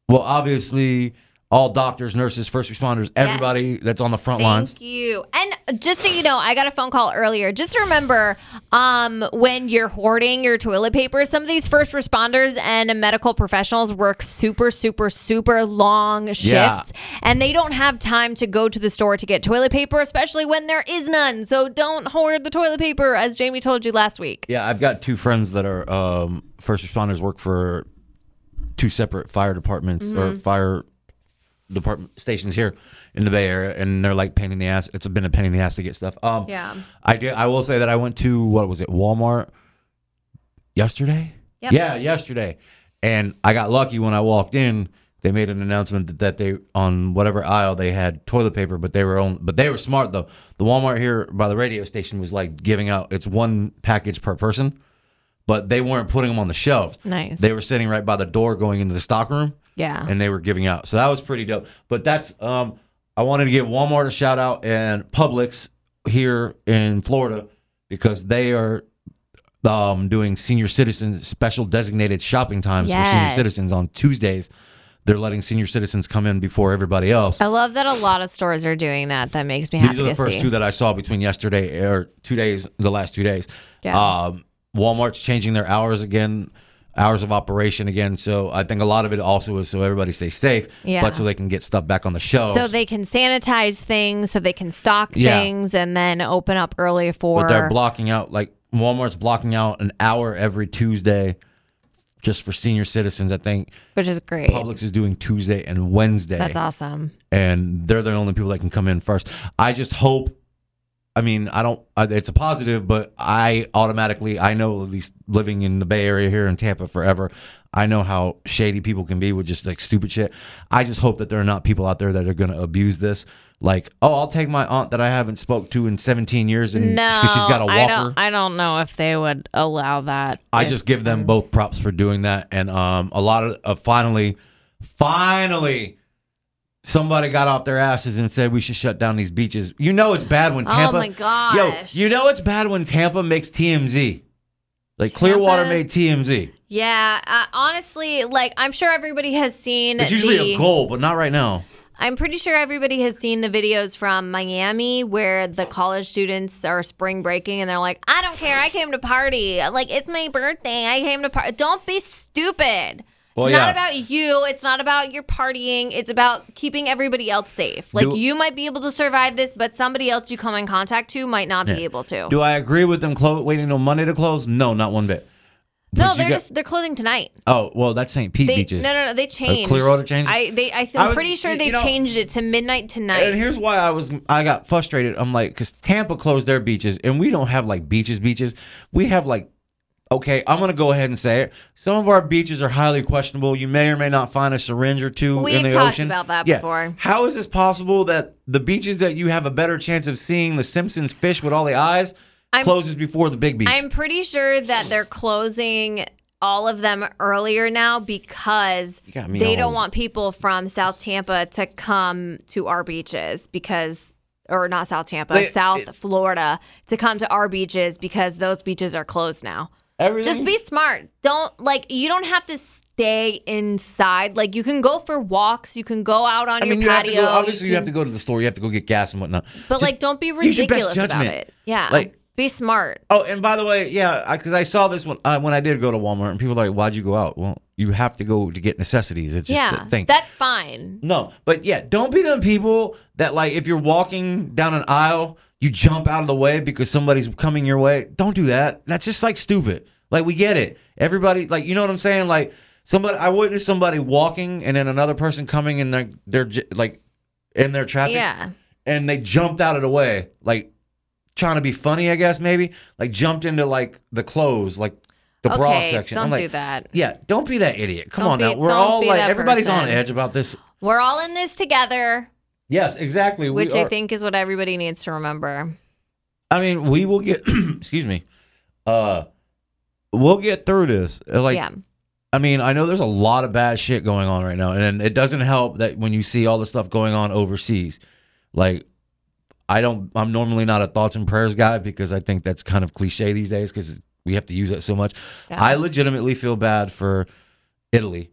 [SPEAKER 2] well, obviously all doctors, nurses, first responders, everybody that's on the front lines.
[SPEAKER 1] Thank you. And just so you know, I got a phone call earlier. Just remember, um, when you're hoarding your toilet paper, some of these first responders and medical professionals work super, super, super long shifts,
[SPEAKER 2] Yeah.
[SPEAKER 1] and they don't have time to go to the store to get toilet paper, especially when there is none. So don't hoard the toilet paper, as Jamie told you last week.
[SPEAKER 2] Yeah, I've got two friends that are um, first responders, work for two separate fire departments or fire department stations here in the Bay Area, and they're like pain in the ass. It's been a pain in the ass to get stuff. Um,
[SPEAKER 1] Yeah.
[SPEAKER 2] I did. I will say that I went to what was it, Walmart yesterday?
[SPEAKER 1] Yep.
[SPEAKER 2] Yeah, yesterday, and I got lucky when I walked in. They made an announcement that, that they on whatever aisle they had toilet paper, but they were on. But they were smart though. The Walmart here by the radio station was like giving out. It's one package per person, but they weren't putting them on the shelves.
[SPEAKER 1] Nice.
[SPEAKER 2] They were sitting right by the door going into the stockroom
[SPEAKER 1] Yeah.
[SPEAKER 2] and they were giving out. So that was pretty dope. But that's um I wanted to give Walmart a shout out and Publix here in Florida because they are um doing senior citizens special designated shopping times for senior
[SPEAKER 1] Yes.
[SPEAKER 2] citizens on Tuesdays. They're letting senior citizens come in before everybody else.
[SPEAKER 1] I love that a lot of stores are doing that. That makes me happy
[SPEAKER 2] These are the
[SPEAKER 1] to
[SPEAKER 2] first
[SPEAKER 1] see.
[SPEAKER 2] two that I saw between yesterday or two days, the last two days.
[SPEAKER 1] Yeah.
[SPEAKER 2] Um, Walmart's changing their hours again, hours of operation again. So I think a lot of it also is so everybody stays safe,
[SPEAKER 1] Yeah.
[SPEAKER 2] but so they can get stuff back on the shelves.
[SPEAKER 1] so they can sanitize things, so they can stock
[SPEAKER 2] Oh. Yeah.
[SPEAKER 1] things, and then open up early for.
[SPEAKER 2] but they're blocking out like Walmart's blocking out an hour every Tuesday just for senior citizens. I think
[SPEAKER 1] which is great.
[SPEAKER 2] Publix is doing Tuesday and Wednesday.
[SPEAKER 1] That's awesome.
[SPEAKER 2] and they're the only people that can come in first. I just hope I mean, I don't. uh, It's a positive, but I automatically I know at least living in the Bay Area here in Tampa forever. I know how shady people can be with just like stupid shit. I just hope that there are not people out there that are going to abuse this. Like, oh, I'll take my aunt that I haven't spoke to in 17 years, and
[SPEAKER 1] No,
[SPEAKER 2] because Mm. she's got a walker.
[SPEAKER 1] I don't. I don't know if they would allow that.
[SPEAKER 2] I
[SPEAKER 1] if-
[SPEAKER 2] just give
[SPEAKER 1] Mm.
[SPEAKER 2] them both props for doing that. And um, a lot of uh, finally, finally, somebody got off their asses and said we should shut down these beaches. You know it's bad when
[SPEAKER 1] Oh
[SPEAKER 2] Tampa.
[SPEAKER 1] my gosh.
[SPEAKER 2] Yo, you know it's bad when Tampa makes TMZ. Like Clearwater
[SPEAKER 1] Tampa?
[SPEAKER 2] made TMZ.
[SPEAKER 1] Yeah, uh, honestly, like I'm sure everybody has seen.
[SPEAKER 2] It's usually
[SPEAKER 1] the,
[SPEAKER 2] a goal, but not right now.
[SPEAKER 1] I'm pretty sure everybody has seen the videos from Miami where the college students are spring breaking and they're like, "I don't care. I came to party. Like it's my birthday. I came to party. Don't be stupid."
[SPEAKER 2] Well,
[SPEAKER 1] it's
[SPEAKER 2] yeah.
[SPEAKER 1] not about you. It's not about your partying. It's about keeping everybody else safe. Like
[SPEAKER 2] Do-
[SPEAKER 1] you might be able to survive this, but somebody else you come in contact to might not be able to.
[SPEAKER 2] Do I agree with them clo- waiting till Monday to close? No, not one bit.
[SPEAKER 1] no,
[SPEAKER 2] Because you
[SPEAKER 1] they're
[SPEAKER 2] got-
[SPEAKER 1] just they're closing tonight.
[SPEAKER 2] Oh well, that's St. Pete
[SPEAKER 1] They
[SPEAKER 2] beaches.
[SPEAKER 1] no no no they changed.
[SPEAKER 2] Clearwater changed it?
[SPEAKER 1] I they I th-
[SPEAKER 2] I
[SPEAKER 1] I'm
[SPEAKER 2] was-
[SPEAKER 1] pretty sure
[SPEAKER 2] you-
[SPEAKER 1] they
[SPEAKER 2] you know-
[SPEAKER 1] changed it to midnight
[SPEAKER 2] And
[SPEAKER 1] tonight.
[SPEAKER 2] here's why I was I got frustrated. I'm like, because Tampa closed their beaches, and we don't have like beaches, beaches. We have like, okay, I'm gonna go ahead and say it. Some of our beaches are highly questionable. You may or may not find a syringe or two in
[SPEAKER 1] We've
[SPEAKER 2] the
[SPEAKER 1] talked
[SPEAKER 2] ocean.
[SPEAKER 1] about that before.
[SPEAKER 2] How is this possible that the beaches that you have a better chance of seeing the Simpsons fish with all the eyes
[SPEAKER 1] I'm-
[SPEAKER 2] closes before the big beach?
[SPEAKER 1] I'm pretty sure that they're closing all of them earlier now because
[SPEAKER 2] got me
[SPEAKER 1] they
[SPEAKER 2] all-
[SPEAKER 1] don't want people from South Tampa to come to our beaches because or not South Tampa,
[SPEAKER 2] They-
[SPEAKER 1] South Florida to come to our beaches because those beaches are closed now.
[SPEAKER 2] Everything.
[SPEAKER 1] Just be smart. Don't like you don't have to stay inside. Like you can go for walks, you can go out on
[SPEAKER 2] I mean,
[SPEAKER 1] your
[SPEAKER 2] you have
[SPEAKER 1] patio.
[SPEAKER 2] to go, obviously you
[SPEAKER 1] can-
[SPEAKER 2] have to go to the store. You have to go get gas and whatnot.
[SPEAKER 1] But
[SPEAKER 2] Just
[SPEAKER 1] like, don't be
[SPEAKER 2] use your best
[SPEAKER 1] ridiculous about
[SPEAKER 2] judgment.
[SPEAKER 1] it. Yeah,
[SPEAKER 2] Like-
[SPEAKER 1] be smart.
[SPEAKER 2] Oh, and by the way, yeah, because I, saw this one uh, when I did go to Walmart, and people were like, "Why'd you go out?" Well, you have to go to get necessities. It's just uh,
[SPEAKER 1] Yeah,
[SPEAKER 2] a thing.
[SPEAKER 1] that's fine.
[SPEAKER 2] no, but yeah, don't be them people that like if you're walking down an aisle, you jump out of the way because somebody's coming your way. Don't do that. That's just like stupid. Like we get it. Everybody, like you know what I'm saying. Like somebody, I witnessed somebody walking, and then another person coming, and they're they're j- like in their traffic
[SPEAKER 1] Yeah,
[SPEAKER 2] and they jumped out of the way, like trying to be funny, I guess maybe, like jumped into like the clothes, like the bra
[SPEAKER 1] Okay,
[SPEAKER 2] section.
[SPEAKER 1] don't
[SPEAKER 2] I'm like,
[SPEAKER 1] do that.
[SPEAKER 2] Yeah, don't be that idiot. Come
[SPEAKER 1] Don't
[SPEAKER 2] on
[SPEAKER 1] be-
[SPEAKER 2] now, we're
[SPEAKER 1] don't
[SPEAKER 2] all
[SPEAKER 1] be
[SPEAKER 2] like
[SPEAKER 1] that
[SPEAKER 2] everybody's on
[SPEAKER 1] person.
[SPEAKER 2] edge about this.
[SPEAKER 1] we're all in this together,
[SPEAKER 2] Yes, exactly. We
[SPEAKER 1] which I
[SPEAKER 2] are-
[SPEAKER 1] think is what everybody needs to remember.
[SPEAKER 2] I mean, we will get. excuse me. Uh, we'll get through this. Uh, Like,
[SPEAKER 1] yeah,
[SPEAKER 2] I mean, I know there's a lot of bad shit going on right now, and it doesn't help that when you see all the stuff going on overseas, like I don't, I'm normally not a thoughts and prayers guy because I think that's kind of cliche these days because we have to use that so much.
[SPEAKER 1] Yeah.
[SPEAKER 2] I legitimately feel bad for Italy.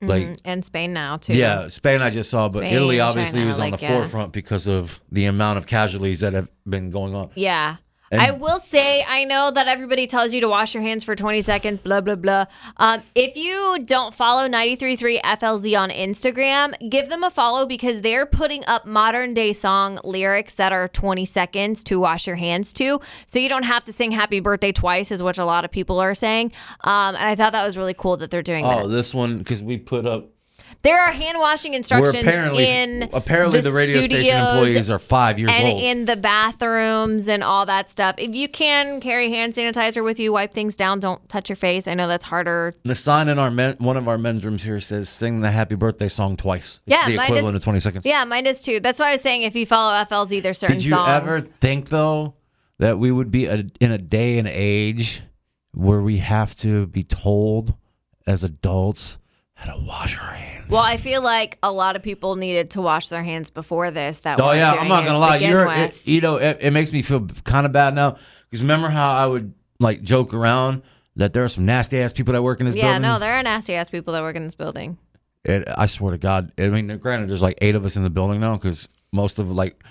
[SPEAKER 2] Like,
[SPEAKER 1] Mhm. and Spain now too.
[SPEAKER 2] yeah, Spain I just saw, but
[SPEAKER 1] Spain,
[SPEAKER 2] Italy obviously
[SPEAKER 1] China,
[SPEAKER 2] was on
[SPEAKER 1] like,
[SPEAKER 2] the
[SPEAKER 1] yeah.
[SPEAKER 2] forefront because of the amount of casualties that have been going on.
[SPEAKER 1] yeah.
[SPEAKER 2] And-
[SPEAKER 1] I will say, I know that everybody tells you to wash your hands for 20 seconds, blah, blah, blah. Um, if you don't follow 93.3 FLZ on Instagram, give them a follow because they're putting up modern day song lyrics that are 20 seconds to wash your hands to. So you don't have to sing happy birthday twice, is what a lot of people are saying. Um, and I thought that was really cool that they're doing
[SPEAKER 2] Oh,
[SPEAKER 1] that.
[SPEAKER 2] this one because we put up.
[SPEAKER 1] There are hand washing
[SPEAKER 2] We're
[SPEAKER 1] instructions
[SPEAKER 2] apparently
[SPEAKER 1] in
[SPEAKER 2] apparently the, radio station
[SPEAKER 1] studios
[SPEAKER 2] employees are five years
[SPEAKER 1] and
[SPEAKER 2] old.
[SPEAKER 1] in the bathrooms and all that stuff. If you can carry hand sanitizer with you, wipe things down. Don't touch your face. I know that's harder.
[SPEAKER 2] The sign in our men, one of our men's rooms here says, "Sing the happy birthday song twice." It's
[SPEAKER 1] Yeah,
[SPEAKER 2] the
[SPEAKER 1] mine
[SPEAKER 2] equivalent
[SPEAKER 1] is-
[SPEAKER 2] of twenty seconds.
[SPEAKER 1] Yeah, mine is too. That's why I was saying if you follow FLZ, there's certain
[SPEAKER 2] Did you
[SPEAKER 1] songs.
[SPEAKER 2] ever think though that we would be a, in a day and age where we have to be told as adults how to wash our hands?
[SPEAKER 1] well, I feel like a lot of people needed to wash their hands before this. That
[SPEAKER 2] Oh
[SPEAKER 1] weren't
[SPEAKER 2] yeah,
[SPEAKER 1] doing
[SPEAKER 2] I'm not
[SPEAKER 1] it
[SPEAKER 2] gonna
[SPEAKER 1] to
[SPEAKER 2] lie.
[SPEAKER 1] begin
[SPEAKER 2] You're, it,
[SPEAKER 1] with.
[SPEAKER 2] you know, it, it makes me feel kind of bad now because remember how I would like joke around that there are some nasty ass people that work in this
[SPEAKER 1] yeah,
[SPEAKER 2] building.
[SPEAKER 1] no, there are nasty ass people that work in this building.
[SPEAKER 2] It, I swear to God. I mean, granted, there's like eight of us in the building now because most of like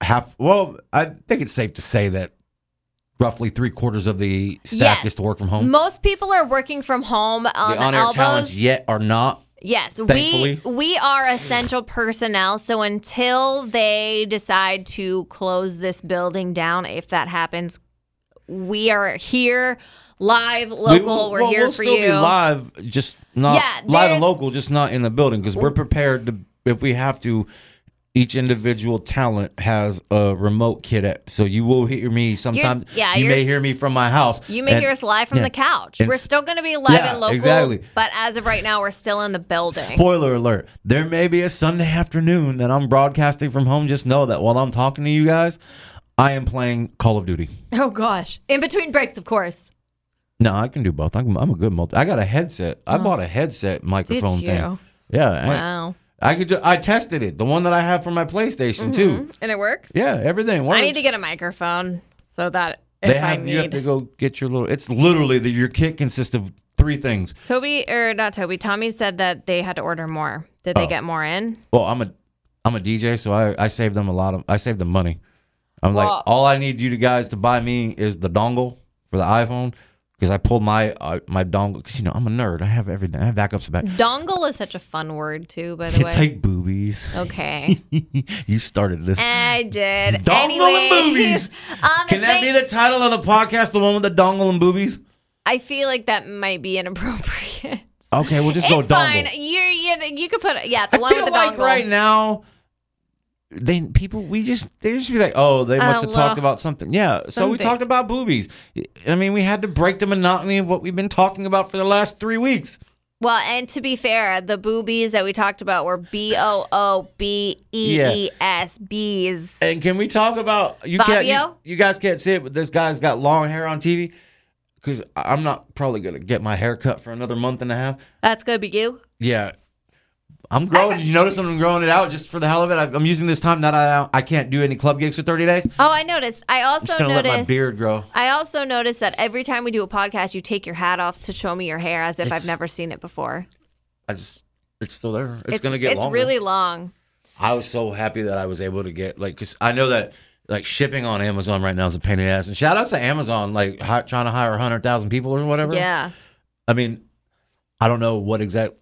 [SPEAKER 2] half. Well, I think it's safe to say that roughly three quarters of the staff
[SPEAKER 1] Yes.
[SPEAKER 2] gets to work from home.
[SPEAKER 1] Most people are working from home on
[SPEAKER 2] the on air
[SPEAKER 1] elbows.
[SPEAKER 2] challenge yet or not.
[SPEAKER 1] Yes,
[SPEAKER 2] Thankfully.
[SPEAKER 1] we we are essential personnel. So until they decide to close this building down, if that happens, we are here, live, local. We, are
[SPEAKER 2] well,
[SPEAKER 1] here
[SPEAKER 2] we'll
[SPEAKER 1] for
[SPEAKER 2] still
[SPEAKER 1] you.
[SPEAKER 2] Be live, just not
[SPEAKER 1] Yeah,
[SPEAKER 2] live and
[SPEAKER 1] there's-
[SPEAKER 2] local, just not in the building because we're prepared to if we have to each individual talent has a remote kit at. So you will hear me sometimes.
[SPEAKER 1] yeah,
[SPEAKER 2] you
[SPEAKER 1] you're
[SPEAKER 2] may
[SPEAKER 1] s-
[SPEAKER 2] hear me from my house.
[SPEAKER 1] You may
[SPEAKER 2] and-
[SPEAKER 1] hear us live from
[SPEAKER 2] yeah.
[SPEAKER 1] the couch.
[SPEAKER 2] And
[SPEAKER 1] we're
[SPEAKER 2] s-
[SPEAKER 1] still going to be live
[SPEAKER 2] Yeah,
[SPEAKER 1] and local,
[SPEAKER 2] exactly.
[SPEAKER 1] but as of right now, we're still in the building.
[SPEAKER 2] Spoiler alert. There may be a Sunday afternoon that I'm broadcasting from home. Just know that while I'm talking to you guys, I am playing Call of Duty.
[SPEAKER 1] oh gosh! In between breaks, of course.
[SPEAKER 2] No, I can do both. I'm, I'm a good multi. I got a headset. I bought a headset microphone
[SPEAKER 1] Oh. you?
[SPEAKER 2] thing. Yeah. I-
[SPEAKER 1] Wow.
[SPEAKER 2] I, could. Ju- I tested it. The one that I have for my PlayStation too.
[SPEAKER 1] And it works.
[SPEAKER 2] Yeah, everything works.
[SPEAKER 1] Mm-hmm. I need to get a microphone so that if
[SPEAKER 2] They have.
[SPEAKER 1] I
[SPEAKER 2] you have
[SPEAKER 1] need
[SPEAKER 2] to go get your little. It's literally the your kit consists of three things.
[SPEAKER 1] Toby or not Toby, Tommy said that they had to order more. Did
[SPEAKER 2] Oh.
[SPEAKER 1] they get more in?
[SPEAKER 2] Well, I'm a, I'm a DJ, so I I save them a lot of. I save them money. I'm
[SPEAKER 1] Well-
[SPEAKER 2] like, all I need you to guys to buy me is the dongle for the iPhone because I pulled my uh, my dongle because you know I'm a nerd. I have everything. I have backups about.
[SPEAKER 1] Dongle is such a fun word too, by the
[SPEAKER 2] It's
[SPEAKER 1] way. Oh.
[SPEAKER 2] like boobies.
[SPEAKER 1] okay.
[SPEAKER 2] you started this.
[SPEAKER 1] I did.
[SPEAKER 2] Dongle and
[SPEAKER 1] Anyways,
[SPEAKER 2] boobies.
[SPEAKER 1] Um,
[SPEAKER 2] Can that be the title of the podcast? The one with the dongle and boobies?
[SPEAKER 1] I feel like that might be inappropriate.
[SPEAKER 2] Okay, we'll just
[SPEAKER 1] it's
[SPEAKER 2] go dongle.
[SPEAKER 1] fine. You you you could put yeah the
[SPEAKER 2] I
[SPEAKER 1] one
[SPEAKER 2] feel
[SPEAKER 1] with the
[SPEAKER 2] like
[SPEAKER 1] dongle.
[SPEAKER 2] right now, they people we just they just be like, oh, they must
[SPEAKER 1] Uh,
[SPEAKER 2] have talked
[SPEAKER 1] well,
[SPEAKER 2] about something. Yeah, so we
[SPEAKER 1] something.
[SPEAKER 2] talked about boobies. I mean, we had to break the monotony of what we've been talking about for the last three weeks.
[SPEAKER 1] Well, and to be fair, the boobies that we talked about were B O O B E E S bees.
[SPEAKER 2] And can we talk about you? Can't, you,
[SPEAKER 1] Fabio?
[SPEAKER 2] you guys can't see it, but this guy's got long hair on TV. Because I'm not probably gonna get my hair cut for another month and a half.
[SPEAKER 1] That's gonna be you.
[SPEAKER 2] Yeah. I'm growing. You notice I'm growing it out just for the hell of it. I- I'm using this time that I I can't do any club gigs for 30 days. I'm
[SPEAKER 1] Oh, I noticed. I also
[SPEAKER 2] just gonna
[SPEAKER 1] noticed.
[SPEAKER 2] let my beard grow.
[SPEAKER 1] I also noticed that every time we do a podcast, you take your hat off to show me your hair as if I've
[SPEAKER 2] It's-
[SPEAKER 1] never seen it before.
[SPEAKER 2] I just it's still there. It's, gonna get
[SPEAKER 1] It's
[SPEAKER 2] longer.
[SPEAKER 1] really long.
[SPEAKER 2] I was so happy that I was able to get like because I know that like shipping on Amazon right now is a pain in the ass. And shout out to Amazon like hi, trying to hire hundred thousand people or whatever.
[SPEAKER 1] Yeah.
[SPEAKER 2] I mean, I don't know what exactly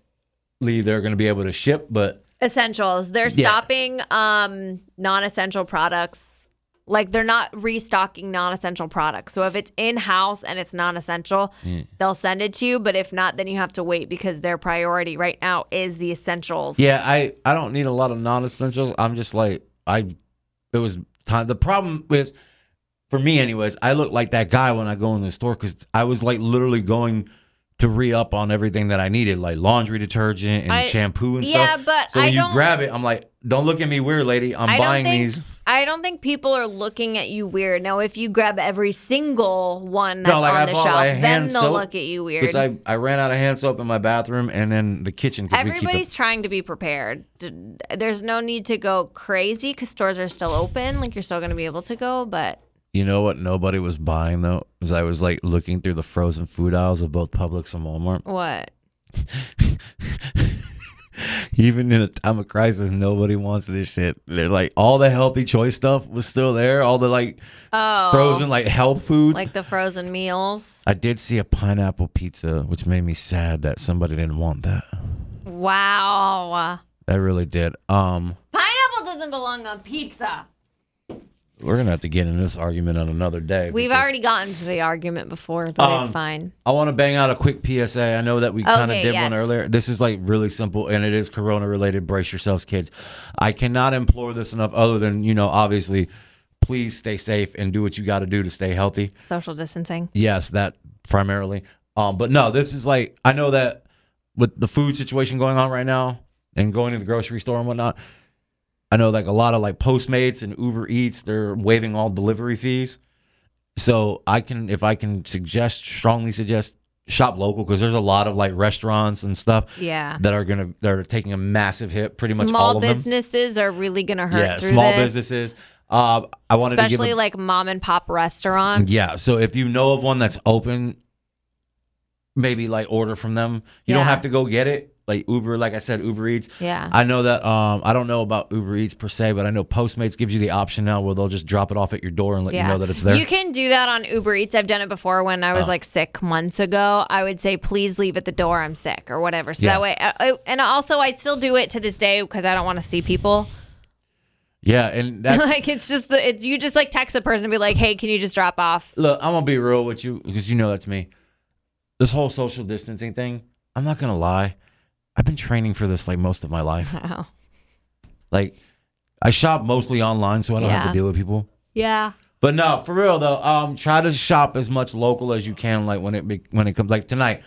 [SPEAKER 2] they're gonna be able to ship, but
[SPEAKER 1] Essentials. They're stopping um non-essential products. Like they're not restocking non-essential products. So if it's in-house and it's non-essential,
[SPEAKER 2] Hmm.
[SPEAKER 1] they'll send it to you, but if not, then you have to wait because their priority right now is the essentials.
[SPEAKER 2] yeah, I I don't need a lot of non-essentials. I'm just like I. It was time. The problem is. For me, anyways, I look like that guy when I go in the store because I was like literally going to re up on everything that I needed, like laundry detergent and
[SPEAKER 1] I-
[SPEAKER 2] shampoo and
[SPEAKER 1] Yeah,
[SPEAKER 2] stuff.
[SPEAKER 1] but
[SPEAKER 2] So
[SPEAKER 1] I
[SPEAKER 2] when you
[SPEAKER 1] don't
[SPEAKER 2] grab it, I'm like, don't look at me weird, lady. I'm
[SPEAKER 1] I
[SPEAKER 2] buying
[SPEAKER 1] don't think,
[SPEAKER 2] these.
[SPEAKER 1] I don't think people are looking at you weird. Now, if you grab every single one
[SPEAKER 2] No,
[SPEAKER 1] that's
[SPEAKER 2] like,
[SPEAKER 1] on
[SPEAKER 2] I
[SPEAKER 1] the
[SPEAKER 2] bought,
[SPEAKER 1] shelf,
[SPEAKER 2] like,
[SPEAKER 1] then
[SPEAKER 2] hand
[SPEAKER 1] they'll
[SPEAKER 2] soap,
[SPEAKER 1] look at you weird.
[SPEAKER 2] Because I, I ran out of hand soap in my bathroom and then the kitchen. 'cause we keep it-
[SPEAKER 1] Everybody's trying to be prepared. D- There's no need to go crazy because stores are still open. Like you're still going to be able to go, but
[SPEAKER 2] you know what nobody was buying though? Is I was like looking through the frozen food aisles of both Publix and Walmart.
[SPEAKER 1] what?
[SPEAKER 2] Even in a time of crisis, nobody wants this shit. They're like, all the healthy choice stuff was still there. All the like
[SPEAKER 1] Oh,
[SPEAKER 2] frozen, like health foods.
[SPEAKER 1] like the frozen meals.
[SPEAKER 2] I did see a pineapple pizza, which made me sad that somebody didn't want that.
[SPEAKER 1] Wow.
[SPEAKER 2] I really did. Um,
[SPEAKER 1] Pineapple doesn't belong on pizza.
[SPEAKER 2] we're gonna have to get in this argument on another day.
[SPEAKER 1] We've
[SPEAKER 2] because-
[SPEAKER 1] already gotten to the argument before, but it's
[SPEAKER 2] Um,
[SPEAKER 1] fine.
[SPEAKER 2] I want to bang out a quick PSA. I know that we kind of
[SPEAKER 1] Okay,
[SPEAKER 2] did
[SPEAKER 1] yes.
[SPEAKER 2] one earlier. This is like really simple and it is corona related. Brace yourselves, kids. I cannot implore this enough, other than, you know, obviously, please stay safe and do what you got to do to stay healthy.
[SPEAKER 1] Social distancing.
[SPEAKER 2] Yes, that primarily. Um, but no, this is like I know that with the food situation going on right now and going to the grocery store and whatnot, I know like a lot of like Postmates and Uber Eats, they're waiving all delivery fees. So I can if I can suggest strongly suggest shop local because there's a lot of like restaurants and stuff
[SPEAKER 1] Yeah.
[SPEAKER 2] that are gonna that are taking a massive hit, pretty much
[SPEAKER 1] small
[SPEAKER 2] all of them.
[SPEAKER 1] businesses are really going to hurt
[SPEAKER 2] yeah,
[SPEAKER 1] through
[SPEAKER 2] small
[SPEAKER 1] this,
[SPEAKER 2] businesses. Uh, I wanted to give
[SPEAKER 1] especially
[SPEAKER 2] a-
[SPEAKER 1] like mom and pop restaurants.
[SPEAKER 2] yeah. So if you know of one that's open, maybe like order from them. You don't
[SPEAKER 1] Yeah.
[SPEAKER 2] have to go get it. Like Uber, like I said, Uber Eats.
[SPEAKER 1] Yeah.
[SPEAKER 2] I know that um I don't know about Uber Eats per se, but I know Postmates gives you the option now where they'll just drop it off at your door and let you know that it's there. Uh.
[SPEAKER 1] You can do that on Uber Eats. I've done it before when I was like sick months ago. I would say, please leave at the door. I'm sick or whatever. So
[SPEAKER 2] Yeah.
[SPEAKER 1] that way, I, I- and also I still do it to this day because I don't want to see people.
[SPEAKER 2] yeah, and that's
[SPEAKER 1] like it's just the it's you just like text a person and be like, hey, can you just drop off?
[SPEAKER 2] look, I'm gonna be real with you because you know that's me. This whole social distancing thing, I'm not
[SPEAKER 1] Oh.
[SPEAKER 2] gonna lie. I've been training for this like most of my life.
[SPEAKER 1] Wow.
[SPEAKER 2] Like I shop mostly online, so I don't have
[SPEAKER 1] Yeah.
[SPEAKER 2] to deal with people.
[SPEAKER 1] Yeah.
[SPEAKER 2] But no, for real though, um, try to shop as much local as you can. Like when it be, when it comes, like tonight,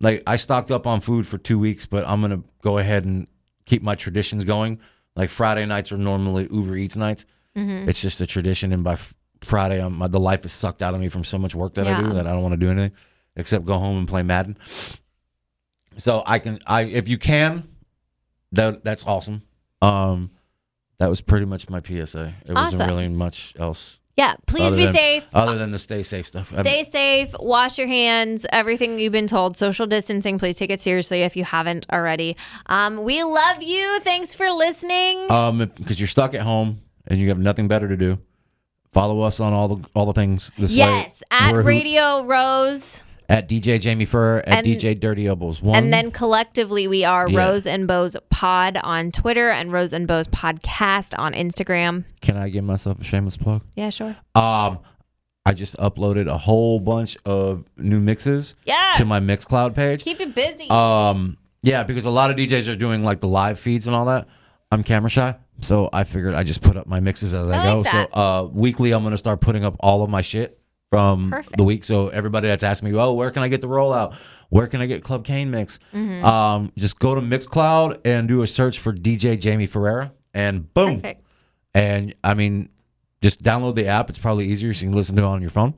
[SPEAKER 2] like I stocked up on food for two weeks, but I'm gonna go ahead and keep my traditions going. Like Friday nights are normally Uber Eats nights.
[SPEAKER 1] Mm-hmm.
[SPEAKER 2] It's just a tradition, and by f- Friday, I'm, my, the life is sucked out of me from so much work that I do
[SPEAKER 1] Yeah.
[SPEAKER 2] that I don't want to do anything except go home and play Madden. So I can, I if you can, that that's awesome. Um, that was pretty much my PSA. It wasn't
[SPEAKER 1] Awesome.
[SPEAKER 2] really much else
[SPEAKER 1] Yeah. Please
[SPEAKER 2] Other
[SPEAKER 1] be
[SPEAKER 2] than-
[SPEAKER 1] safe.
[SPEAKER 2] other than the stay safe stuff.
[SPEAKER 1] Stay safe, wash your hands, everything you've been told. Social distancing, please take it seriously if you haven't already. Um, we love you. Thanks for listening.
[SPEAKER 2] um, because you're stuck at home and you have nothing better to do. Follow us on all the all the things. This
[SPEAKER 1] yes,
[SPEAKER 2] way.
[SPEAKER 1] at
[SPEAKER 2] We're who-
[SPEAKER 1] Radio Rose.
[SPEAKER 2] at DJ Jamie Furr at
[SPEAKER 1] And-
[SPEAKER 2] DJ Dirty Elbows one.
[SPEAKER 1] And then collectively, we are
[SPEAKER 2] Yeah.
[SPEAKER 1] Rose and Bows Pod on Twitter and Rose and Bows Podcast on Instagram.
[SPEAKER 2] can I give myself a shameless plug?
[SPEAKER 1] Yeah, sure.
[SPEAKER 2] Um, I just uploaded a whole bunch of new mixes
[SPEAKER 1] Yes.
[SPEAKER 2] to my Mixcloud page.
[SPEAKER 1] Keep it busy.
[SPEAKER 2] Um, yeah, because a lot of DJs are doing like the live feeds and all that. I'm camera shy, so I figured I just put up my mixes as I,
[SPEAKER 1] I
[SPEAKER 2] go.
[SPEAKER 1] like that.
[SPEAKER 2] So uh, weekly, I'm gonna start putting up all of my shit from
[SPEAKER 1] Perfect.
[SPEAKER 2] the week. So everybody that's asking me, oh, where can I get the rollout? Where can I get Club Kane mix?
[SPEAKER 1] Mm-hmm.
[SPEAKER 2] Um, just go to Mixcloud and do a search for DJ Jamie Ferreira, and boom.
[SPEAKER 1] Perfect.
[SPEAKER 2] And I mean, just download the app. It's probably easier. So you can listen to it on your phone.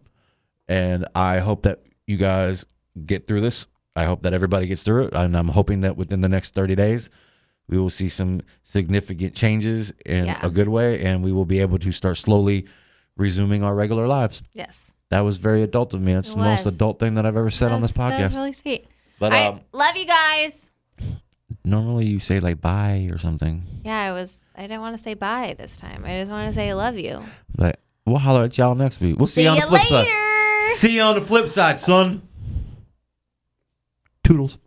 [SPEAKER 2] And I hope that you guys get through this. I hope that everybody gets through it. And I'm hoping that within the next 30 days, we will see some significant changes in
[SPEAKER 1] Yeah.
[SPEAKER 2] a good way. And we will be able to start slowly resuming our regular lives.
[SPEAKER 1] Yes.
[SPEAKER 2] That was very adult of me. It's
[SPEAKER 1] It
[SPEAKER 2] the most
[SPEAKER 1] was.
[SPEAKER 2] adult thing that I've ever said on this
[SPEAKER 1] That's- That was
[SPEAKER 2] podcast.
[SPEAKER 1] really sweet.
[SPEAKER 2] But
[SPEAKER 1] I
[SPEAKER 2] um,
[SPEAKER 1] love you guys.
[SPEAKER 2] normally you say like bye or something.
[SPEAKER 1] Yeah, I was. I didn't want to say bye this time. I just want to say I love you.
[SPEAKER 2] But we'll holler at y'all next week. We'll see,
[SPEAKER 1] See
[SPEAKER 2] you on
[SPEAKER 1] you
[SPEAKER 2] the flip side.
[SPEAKER 1] later.
[SPEAKER 2] See you on the flip side, son. Toodles.